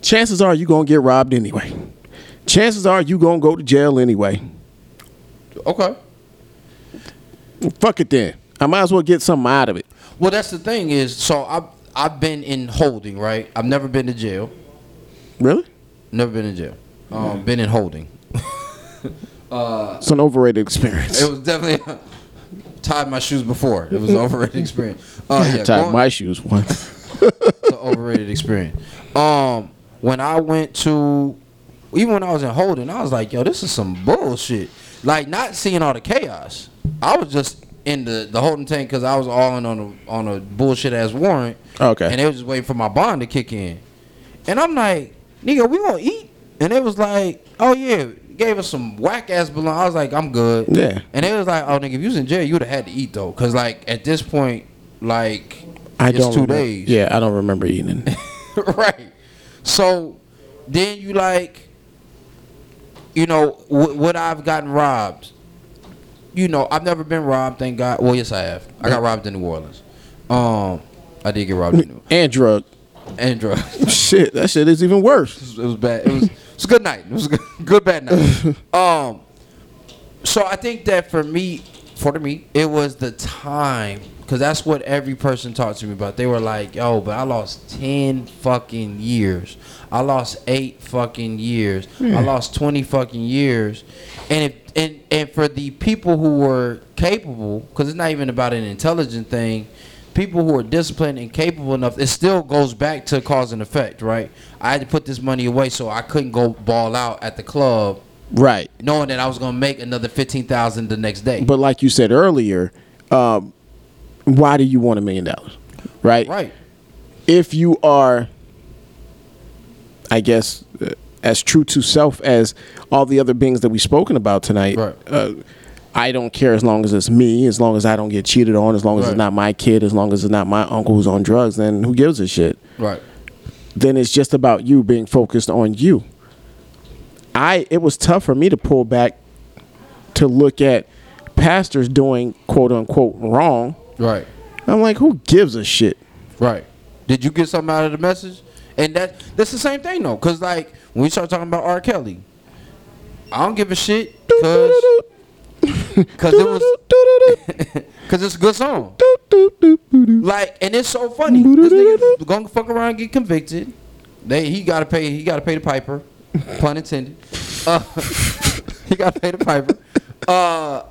Chances are you gonna get robbed anyway. Chances are you gonna go to jail anyway. Okay. Fuck it then. I might as well get something out of it. Well, that's the thing is, so I've I've been in holding, right? I've never been to jail. Really? Never been in jail. Um, been in holding. It's an overrated experience. It was definitely tied my shoes before. It was an overrated experience. Uh, yeah, Tied going- my shoes once. it's an overrated experience. Um, when I went to, even when I was in Holden, I was like, yo, this is some bullshit. Like not seeing all the chaos. I was just in the the Holden tank because I was all in on a on a bullshit ass warrant. Oh, Okay. And they was just waiting for my bond to kick in, and I'm like, nigga, we gonna eat? And it was like, oh yeah. Gave us some whack ass balloon. I was like, I'm good. Yeah. And it was like, oh nigga, if you was in jail, you would have had to eat though, cause like at this point, like I it's don't two remember- days Yeah, I don't remember eating. right. So then you like, you know, w- what I've gotten robbed. You know, I've never been robbed. Thank God. Well, yes, I have. I got robbed in New Orleans. Um, I did get robbed in New and drug. and drugs. Shit, that shit is even worse. It was, it was bad. It was, it was a good night. It was a good, good bad night. Um, so I think that for me, for me, it was the time because that's what every person talked to me about. They were like, "Yo, but I lost ten fucking years. I lost eight fucking years. I lost twenty fucking years." And if and and for the people who were capable, because it's not even about an intelligent thing people who are disciplined and capable enough, it still goes back to cause and effect, right? I had to put this money away so I couldn't go ball out at the club Right. knowing that I was gonna make another fifteen thousand the next day. But like you said earlier, um, why do you want a million dollars? Right? right. If you are, I guess, uh, as true to self as all the other beings that we've spoken about tonight, Right. uh, I don't care as long as it's me, as long as I don't get cheated on, as long as Right. it's not my kid, as long as it's not my uncle who's on drugs, then who gives a shit? Right. then it's just about you being focused on you. I it was tough for me to pull back to look at pastors doing quote unquote wrong. Right. I'm like, who gives a shit? Right. Did you get something out of the message? And that that's the same thing though, cause like when we start talking about R. Kelly, I don't give a shit, cause cause it was cause it's a good song. Like, and it's so funny. This nigga gonna fuck around, and get convicted. They he gotta pay he gotta pay the piper, pun intended. Uh, he gotta pay the piper. Uh,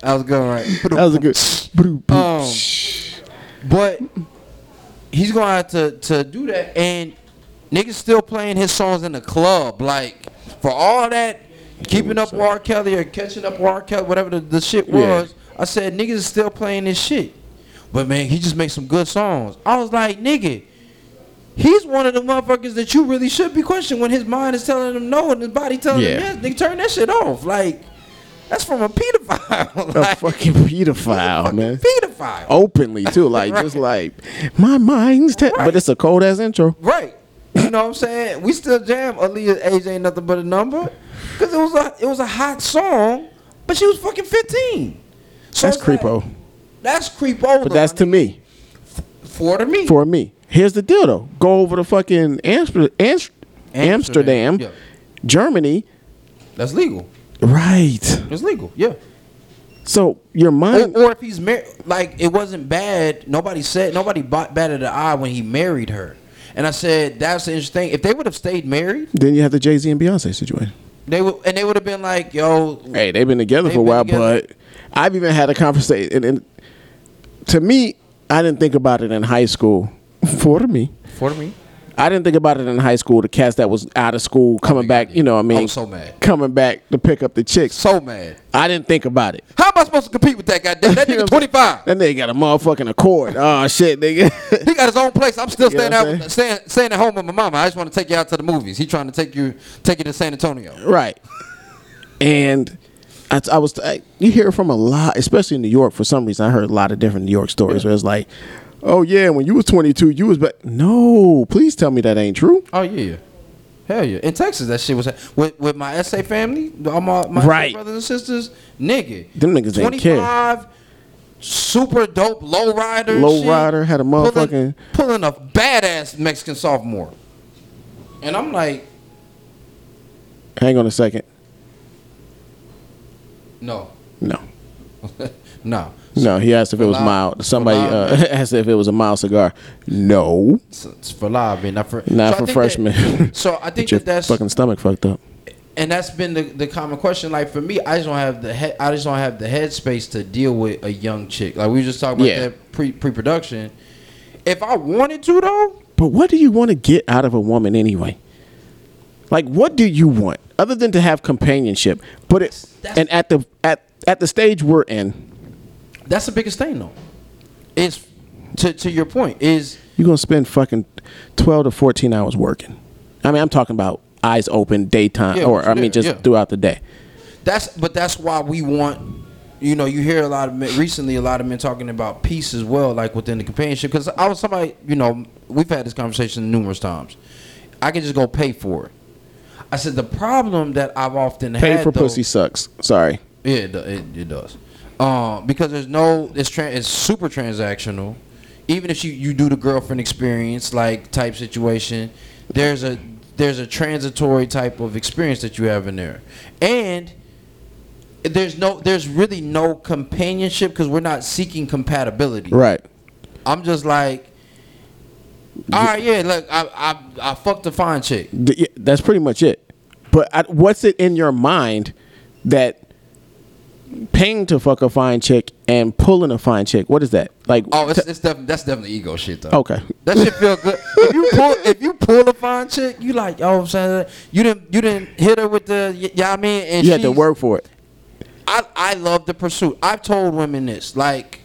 that was good, right? That was a good. Um, but he's gonna have to, to do that, and niggas still playing his songs in the club. Like for all that, keeping up with R. Kelly or catching up with R. Kelly, whatever the, the shit Yeah. was. I said niggas is still playing this shit, but man, he just makes some good songs. I was like, nigga. He's one of the motherfuckers that you really should be questioning when his mind is telling him no and his body telling Yeah. him yes. Nigga, turn that shit off. Like, that's from a pedophile. A like, fucking pedophile, man. pedophile. Openly too, like just like my mind's. Te- But it's a cold ass intro. Right. You know what I'm saying? We still jam Aaliyah's age ain't nothing but a number. Cause it was a it was a hot song, but she was fucking fifteen. So That's it's like, creepo. that's creepo. But that's to me. for to me. For me, here's the deal though. Go over to fucking Amsterdam, Amsterdam, Yeah. Germany. That's legal. Right. It's legal. Yeah. So your Or, mind. or if he's married, like it wasn't bad. Nobody said nobody bought batted the eye when he married her. And I said that's the interesting thing. If they would have stayed married, Then you have the Jay Z and Beyonce situation. they would and they would have been like, yo, Hey, they've been together They've for a been while, together. but I've even had a conversation. And, and to me, I didn't think about it in high school. For me, for to me. I didn't think about it in high school. The cats that was out of school coming back, you know, what I mean, was so mad. coming back to pick up the chicks. So mad. I didn't think about it. How am I supposed to compete with that guy? That, that You know what nigga I'm twenty saying? five. That nigga got a motherfucking accord. Oh shit, nigga. He got his own place. I'm still You know staying what I'm out, staying, staying at home with my mama. I just want to take you out to the movies. He trying to take you, take you to San Antonio. right. And I, I was, I, you hear from a lot, especially in New York. For some reason, I heard a lot of different New York stories where it's like, oh yeah, when you was 22, you was, but no, please tell me that ain't true. Oh yeah, hell yeah. In Texas, that shit was with with my SA family, all my, my SA Right. brothers and sisters. Nigga, Them niggas didn't care. 25, Super dope low rider. Low shit, rider, had a motherfucking- pulling, pulling a badass Mexican sophomore, and I'm like, Hang on a second. no, No, no. no. He asked if it was Allowed- mild. Somebody allowed. uh, asked if it was a mild cigar. No, It's, it's for live, man. Not for Not I for think that- freshmen. so I think your that that's fucking stomach fucked up. and that's been the, the common question. Like for me, I just don't have the head. I just don't have the headspace to deal with a young chick. Like we were just talking about Yeah. that pre pre production. If I wanted to though, But what do you want to get out of a woman anyway? Like, what do you want other than to have companionship? But it That's- and at the at at the stage we're in, that's the biggest thing though. Is to to your point is you're gonna spend fucking twelve to fourteen hours working. I mean, I'm talking about eyes open, daytime, Yeah, or I yeah, mean, just yeah. throughout the day. that's but that's why we want. You know, you hear a lot of men recently. A lot of men talking about peace as well, like within the companionship. Because I was somebody. You know, we've had this conversation numerous times. I can just go pay for it. I said the problem that I've often Pay had for though- pussy sucks. Sorry. Yeah, it, do- it, it does. Um, because there's no it's tran it's super transactional. Even if you, you do the girlfriend experience like type situation, there's a there's a transitory type of experience that you have in there, and there's no there's really no companionship because we're not seeking compatibility. Right. I'm just like, all right, yeah, look, I I I fucked a fine chick. D- yeah, That's pretty much it. But I, what's it in your mind that paying to fuck a fine chick and pulling a fine chick? What is that? Like, Oh, it's, t- it's definitely that's definitely ego shit though. Okay. that shit feel good. If you pull if you pull a fine chick, you like yo, I'm saying you didn't you didn't hit her with the y- yeah I mean and you had to she's- work for it. I I love the pursuit. I've told women this like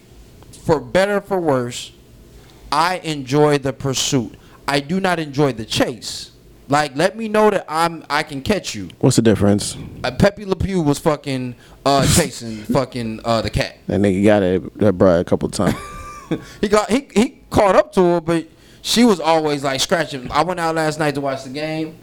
for better or for worse, I enjoy the pursuit. I do not enjoy the chase. Like let me know that I'm I can catch you. What's the difference? Uh, Pepe Le Pew was fucking uh, chasing fucking uh, the cat. That nigga got it, that bride a couple of times. he got he he caught up to her, but she was always like scratching. I went out last night to watch the game,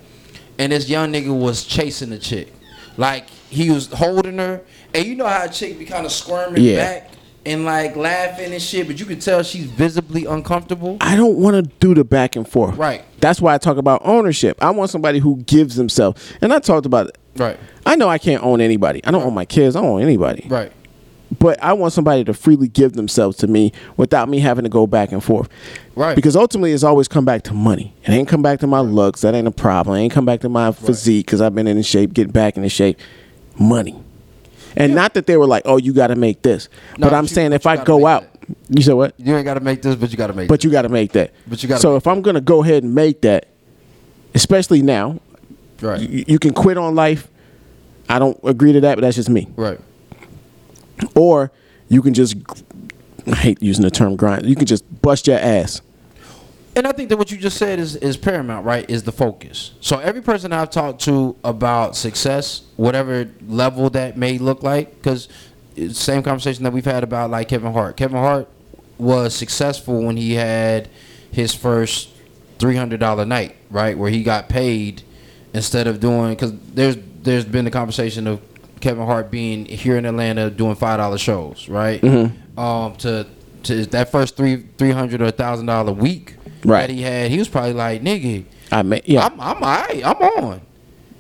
and this young nigga was chasing the chick, like he was holding her, and you know how a chick be kind of squirming Yeah. back and like laughing and shit, but you could tell she's visibly uncomfortable. I don't want to do the back and forth. Right. That's why I talk about ownership. I want somebody who gives themselves. And I talked about it. Right, I know I can't own anybody. I don't own my kids. I don't own anybody. right, But I want somebody to freely give themselves to me without me having to go back and forth. Right. Because ultimately, it's always come back to money. It ain't come back to my looks. That ain't a problem. It ain't come back to my physique because I've been in shape, getting back into shape. Money. And not that they were like, oh, you got to make this. No, but I'm but you- saying but if you I gotta go make out, you said what? you ain't gotta make this, but you gotta make. But you got to make that. But you gotta So make if I'm gonna go ahead and make that, especially now, it. right, you, you can quit on life. I don't agree to that, but that's just me. right, Or you can just, I hate using the term grind. You can just bust your ass. and I think that what you just said is is paramount. Right, is the focus. So every person I've talked to about success, whatever level that may look like, because same conversation that we've had about like Kevin Hart. Kevin Hart was successful when he had his first three hundred dollar night, right, where he got paid instead of doing because there's there's been the conversation of Kevin Hart being here in Atlanta doing five dollar shows, right? Um, to to that first three three hundred or thousand dollar week Right. that he had, he was probably like, "Nigga, I may, yeah, I'm I'm alright, I'm on." playing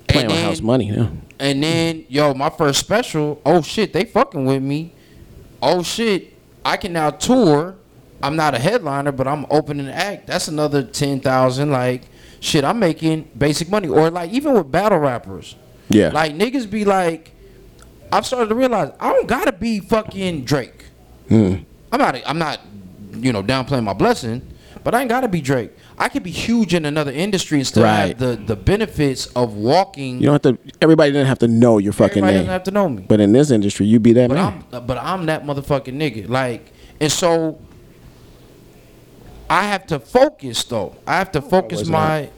And with then- house money. Yeah. and then, yo, my first special. Oh shit, they fucking with me. Oh shit, I can now tour. I'm not a headliner, but I'm opening the act. That's another ten thousand. Like shit, I'm making basic money. Or like even with battle rappers, Yeah. like niggas be like, I've started to realize I don't gotta be fucking Drake. Hmm. I'm not. I'm not. You know, downplaying my blessing, but I ain't gotta be Drake. I could be huge in another industry and still Right. have the the benefits of walking. you don't have to. Everybody didn't have to know your fucking Everybody name. doesn't have to know me. but in this industry, you be that But man. I'm but I'm that motherfucking nigga. Like, and so I have to focus though. I have to focus wasn't my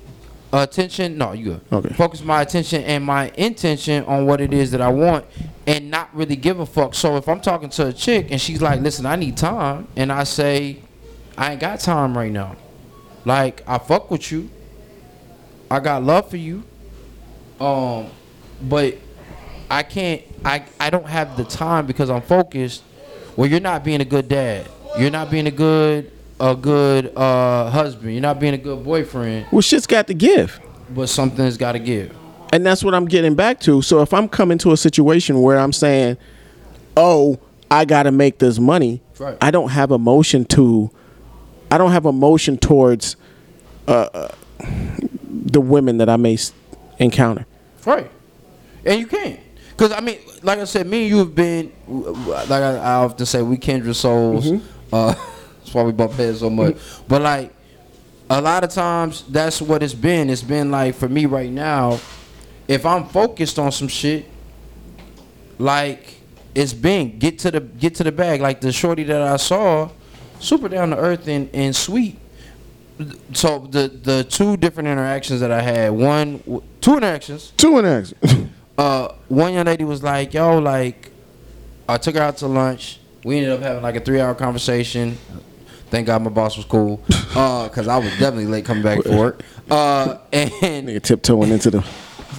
attention. No, you good. Okay. Focus my attention and my intention on what it is that I want and not really give a fuck. So if I'm talking to a chick and she's like, listen, I need time, and I say, I ain't got time right now. Like, I fuck with you. I got love for you. Um, but I can't. I I don't have the time because I'm focused. Well, you're not being a good dad. You're not being a good a good uh, husband. You're not being a good boyfriend. Well, shit's got to give. But something's got to give. And that's what I'm getting back to. So if I'm coming to a situation where I'm saying, "Oh, I got to make this money," Right. I don't have emotion to, I don't have emotion towards, uh, uh, the women that I may s- encounter. Right. And you can't. Because, I mean, like I said, me and you have been, like I, I often say, we kindred souls. Uh, that's why we bump heads so much. But, like, a lot of times, that's what it's been. It's been, like, for me right now, if I'm focused on some shit, like, it's been get to the get to the bag. Like the shorty that I saw, super down to earth and, and sweet so the the two different interactions that I had, one w- two interactions. Two and X. Uh, one young lady was like, "Yo, like, I took her out to lunch. We ended up having like a three hour conversation. Thank God my boss was cool, uh, cause I was definitely late coming back for work. Uh, and Nigga tiptoeing into the.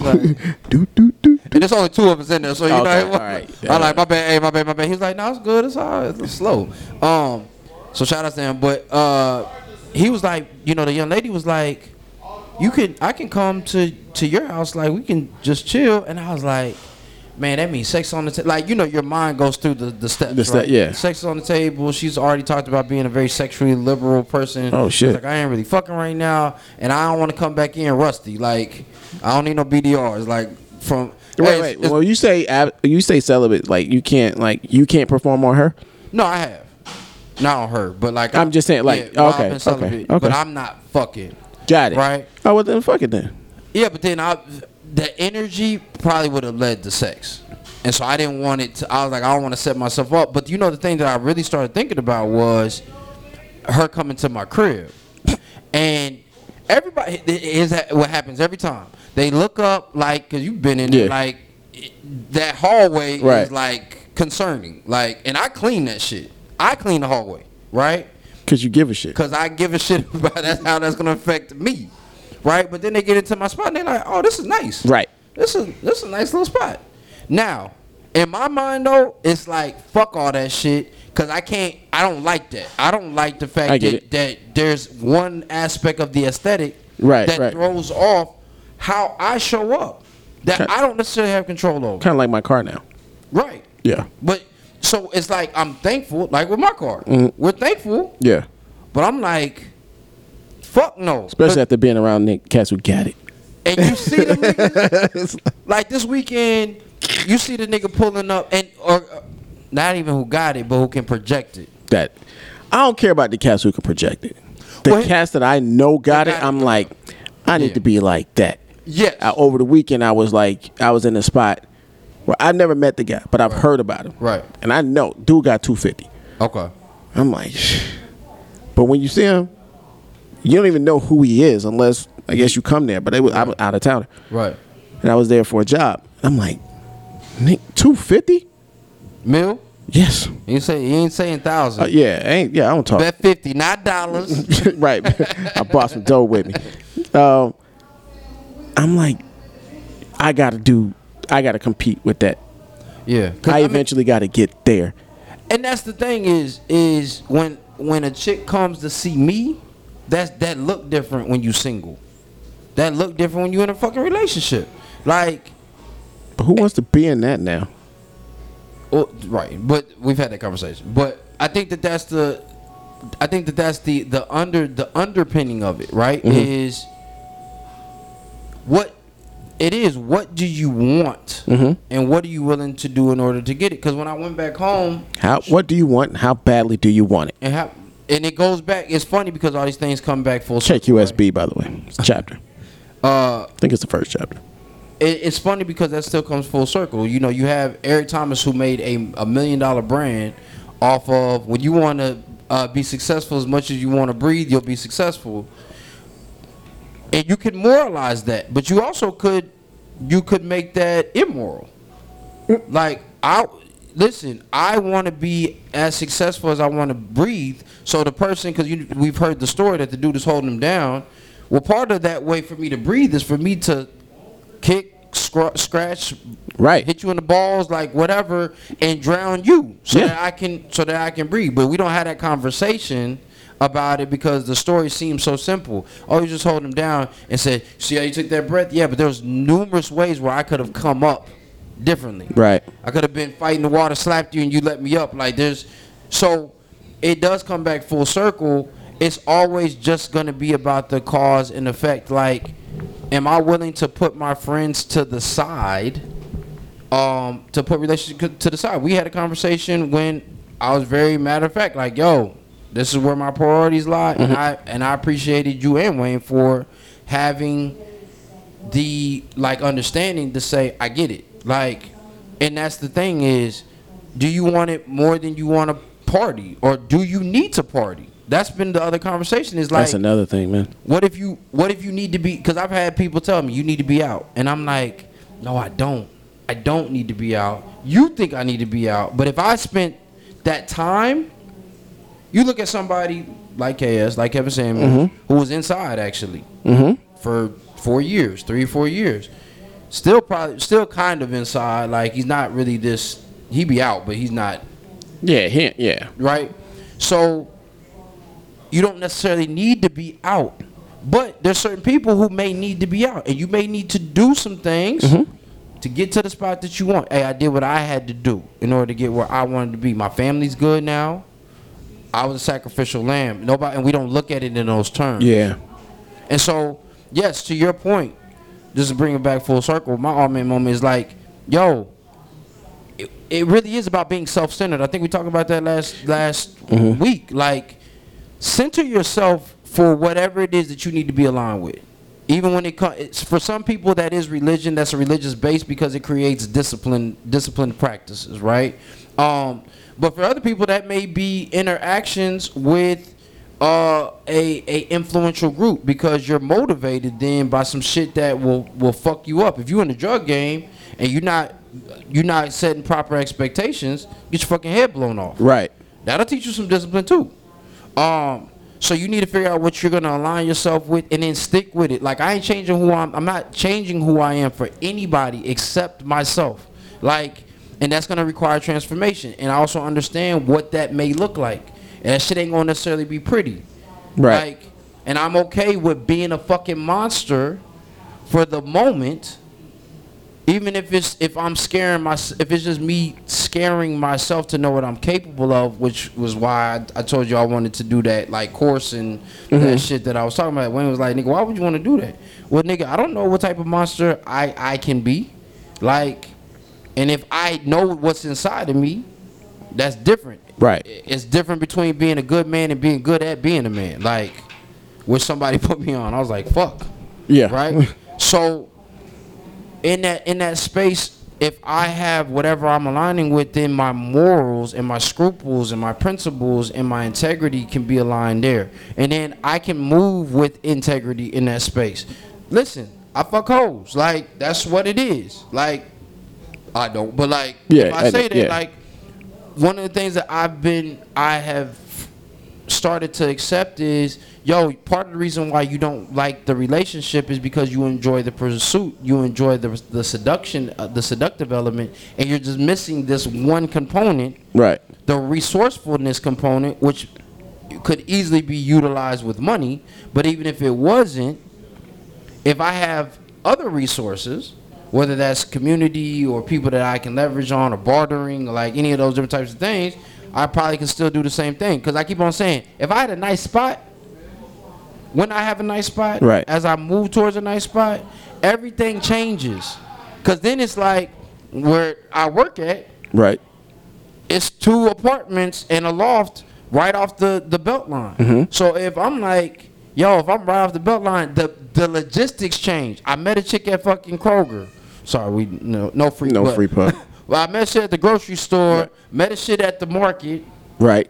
like, Do, do, do. and there's only two of us in there, so you Okay, know. all right. I like my bad, hey, my bad, my bad. He's like, no, it's good, it's all, right. it's slow. Um, so shout out to him, but uh, he was like, you know, the young lady was like, you can, I can come to to your house, like we can just chill, and I was like. Man, that means sex on the table. Like you know, your mind goes through the the steps. The The step- yeah. Sex on the table. She's already talked about being a very sexually liberal person. Oh, shit. It's Like I ain't really fucking right now, and I don't want to come back in rusty. Like I don't need no BDRs. Like from Hey, Wait, it's- wait. it's- Well, you say ab- you say celibate, like you can't, like you can't perform on her. No, I have. Not on her, but like I'm just saying, like, well, I've okay, been celibate, okay, okay. But I'm not fucking. Got it. Right. Oh well, then fuck it then. Yeah, but then I, the energy probably would have led to sex, and so I didn't want it to. I was like, I don't want to set myself up. But you know, the thing that I really started thinking about was her coming to my crib, and everybody is that what happens every time. They look up like because you've been in Yeah. it, like it- that hallway Right. is like concerning. Like, and I clean that shit. I clean the hallway, right? Cause you give a shit. Cause I give a shit about that's how that's gonna affect me, right? But then they get into my spot and they're like, "Oh, this is nice. Right. This is this is a nice little spot." Now, in my mind though, it's like fuck all that shit because I can't. I don't like that. I don't like the I fact get that, it. that there's one aspect of the aesthetic Right, that right. throws off how I show up that Okay. I don't necessarily have control over. Kind of like my car now. Right. Yeah. But so it's like I'm thankful. Like with my car, Mm-hmm. we're thankful, Yeah. but I'm like, fuck no. Especially after being around Nick cats who got it. and you see them niggas, like this weekend, you see the nigga pulling up and or uh, not even who got it, but who can project it. That I don't care about the cats who can project it. The Well, cats that I know got they it, got I'm it. like, I need Yeah. to be like that. Yes. I, over the weekend, I was like, I was in a spot where I never met the guy, but I've heard about him. Right. And I know dude got 250. Okay. I'm like, but when you see him, you don't even know who he is unless I guess you come there. But they was, I was out of town, Right. and I was there for a job. I'm like, Nick, two fifty? Mil? Yes. You say you ain't saying thousand. Uh, yeah. Ain't yeah. I don't talk. Bet fifty, not dollars. right. I brought some dough with me. Um, I'm like, I gotta do. I gotta compete with that. yeah. 'Cause I I mean- eventually gotta get there. and that's the thing is is when when a chick comes to see me, that's that look different when you single. That look different when you in a fucking relationship. Like But who wants to be in that now? Well, right, but we've had that conversation. But I think that that's the, I think that that's the the under the underpinning of it, right? Is what it is. What do you want, and what are you willing to do in order to get it? Because when I went back home, How? What do you want? and How badly do you want it? and ha- and it goes back. It's funny because all these things come back full. Check circle, USB, by the way. It's a chapter. Uh, I think it's the first chapter. it, it's funny because that still comes full circle. You know, you have Eric Thomas who made a, a million dollar brand off of when you want to uh, be successful as much as you want to breathe, you'll be successful. And you could moralize that, but you also could you could make that immoral. Like I listen, I want to be as successful as I want to breathe. So the person, because we've heard the story that the dude is holding him down. Well, part of that way for me to breathe is for me to kick, scr- scratch, Right. hit you in the balls, like whatever, and drown you, so Yeah. that I can, so that I can breathe. But we don't have that conversation about it because the story seems so simple. Oh, you just hold him down and said, "See how you took that breath?" Yeah, but there was numerous ways where I could have come up differently. Right. I could have been fighting the water, slapped you, and you let me up. Like there's, so it does come back full circle. It's always just gonna be about the cause and effect. Like, am I willing to put my friends to the side? Um, to put relationship to the side. We had a conversation when I was very matter of fact, like, yo, this is where my priorities lie, and I and I appreciated you and Wayne for having the like understanding to say I get it. Like, and that's the thing is, do you want it more than you want to party, or do you need to party? That's been the other conversation. Is like, That's another thing, man. what if you what if you need to be? Because I've had people tell me you need to be out, and I'm like, no, I don't. I don't need to be out. You think I need to be out, but if I spent that time, you look at somebody like KS, like Kevin Samuel, who was inside actually for four years, three four years. Still probably still kind of inside. Like he's not really this. He be out, but he's not Yeah, him, yeah. right? So you don't necessarily need to be out, but there's certain people who may need to be out, and you may need to do some things to get to the spot that you want. Hey, I did what I had to do in order to get where I wanted to be. My family's good now. I was a sacrificial lamb. Nobody, and we don't look at it in those terms. Yeah. And so, yes, to your point, just to bring it back full circle, my all man moment is like, yo, it, it really is about being self centered. I think we talked about that last last week. Like, center yourself for whatever it is that you need to be aligned with. Even when it comes, for some people that is religion. That's a religious base because it creates discipline, disciplined practices, right? Um, but for other people, that may be interactions with uh, a a influential group because you're motivated then by some shit that will will fuck you up. If you're in the drug game and you're not you're not setting proper expectations, get your fucking head blown off. Right. That'll teach you some discipline too. Um, so you need to figure out what you're gonna align yourself with, and then stick with it. Like I ain't changing who I'm. I'm not changing who I am for anybody except myself. Like, and that's gonna require transformation. And I also understand what that may look like. And that shit ain't gonna necessarily be pretty. Right. Like, and I'm okay with being a fucking monster for the moment, even if it's if I'm scaring my if it's just me scaring myself to know what I'm capable of, which was why I, I told you I wanted to do that like course and that shit that I was talking about. Wayne was like, "Nigga, why would you want to do that?" Well, nigga, I don't know what type of monster I I can be, like, and if I know what's inside of me, that's different. Right. It's different between being a good man and being good at being a man. Like, which somebody put me on, I was like, "Fuck." Yeah. Right. so in that in that space, if I have whatever I'm aligning with, then my morals and my scruples and my principles and my integrity can be aligned there, and then I can move with integrity in that space. Listen, I fuck hoes. Like that's what it is. Like I don't, but like Yeah, if I, I- say that, yeah. like one of the things that I've been I have started to accept is yo part of the reason why you don't like the relationship is because you enjoy the pursuit you enjoy the the seduction uh, the seductive element and you're just missing this one component Right. the resourcefulness component which could easily be utilized with money but even if it wasn't if I have other resources, whether that's community or people that I can leverage on or bartering or like any of those different types of things, I probably can still do the same thing. Because I keep on saying, if I had a nice spot, when I have a nice spot, Right. as I move towards a nice spot, everything changes. Because then it's like where I work at, Right. it's two apartments and a loft right off the the belt line. Mm-hmm. So if I'm like, yo, if I'm right off the belt line, the the logistics change. I met a chick at fucking Kroger. Sorry, we no no free No pub. free pub. well, I met shit at the grocery store, met a shit at the market, Right.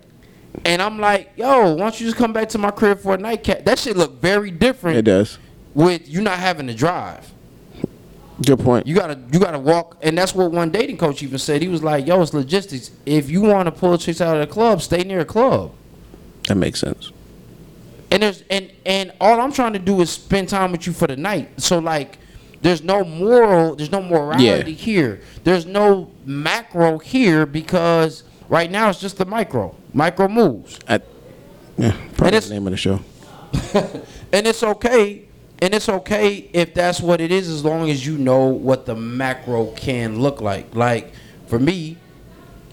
and I'm like, yo, why don't you just come back to my crib for a nightcap? That shit look very different It does. with you not having to drive. Good point. You gotta you gotta walk, and that's what one dating coach even said. He was like, "Yo, it's logistics. If you want to pull chicks out of the club, stay near a club." that makes sense. And there's and and all I'm trying to do is spend time with you for the night. So like, there's no moral, there's no morality Yeah. here. There's no macro here because right now it's just the micro, micro moves. I, yeah, probably it's- the name of the show. and it's okay and it's okay if that's what it is as long as you know what the macro can look like like for me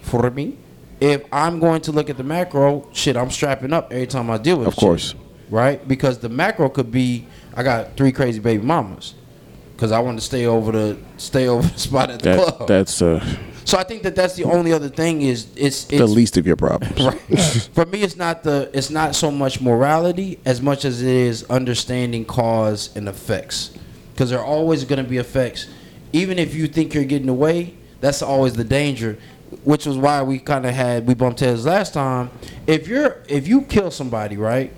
for me if i'm going to look at the macro shit i'm strapping up every time i deal with Of shit, course. right because the macro could be i got three crazy baby mamas because i want to stay over the stay over the spot at the That, club that's uh, so i think that that's the only other thing is it's, it's the least of your problems. Right. For me, it's not the it's not so much morality as much as it is understanding cause and effects, because there are always going to be effects. Even if you think you're getting away, that's always the danger, which was why we kind of had we bumped heads last time. If you're if you kill somebody, right?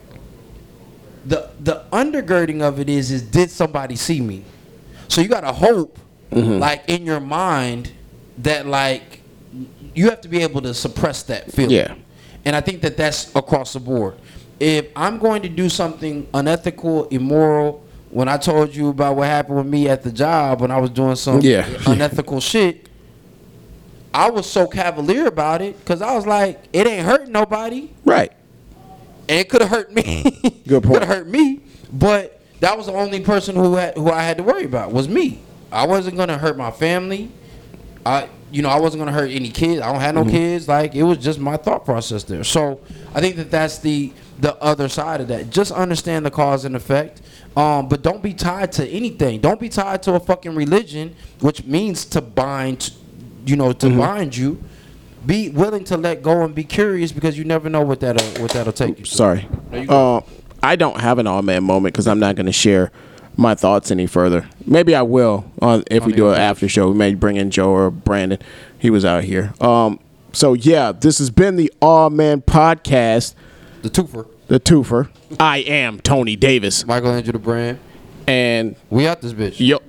The the undergirding of it is is did somebody see me? So you got to hope, Mm-hmm. like in your mind, that like you have to be able to suppress that feeling. Yeah. And I think that that's across the board. If I'm going to do something unethical, immoral, when I told you about what happened with me at the job when I was doing some Yeah. unethical shit, I was so cavalier about it because I was like, it ain't hurting nobody Right. and it could have hurt me. Mm. Good point. Could have hurt me, but that was the only person who had, who I had to worry about was me. I wasn't gonna hurt my family. I you know I wasn't gonna hurt any kids. I don't have no Mm-hmm. kids. Like it was just my thought process there. So I think that that's the the other side of that. Just understand the cause and effect. Um, but don't be tied to anything. Don't be tied to a fucking religion, which means to bind, you know, Mm-hmm. to bind you. Be willing to let go and be curious because you never know what that'll what that'll take you. to. Sorry. Uh, I don't have an all man moment because I'm not going to share my thoughts any further. Maybe I will on if we do an after show. We may bring in Joe or Brandon. He was out here. Um. So yeah, this has been the All Man Podcast, The twofer. the twofer. I am Tony Davis, Michael Andrew the brand. and We out this bitch. yo.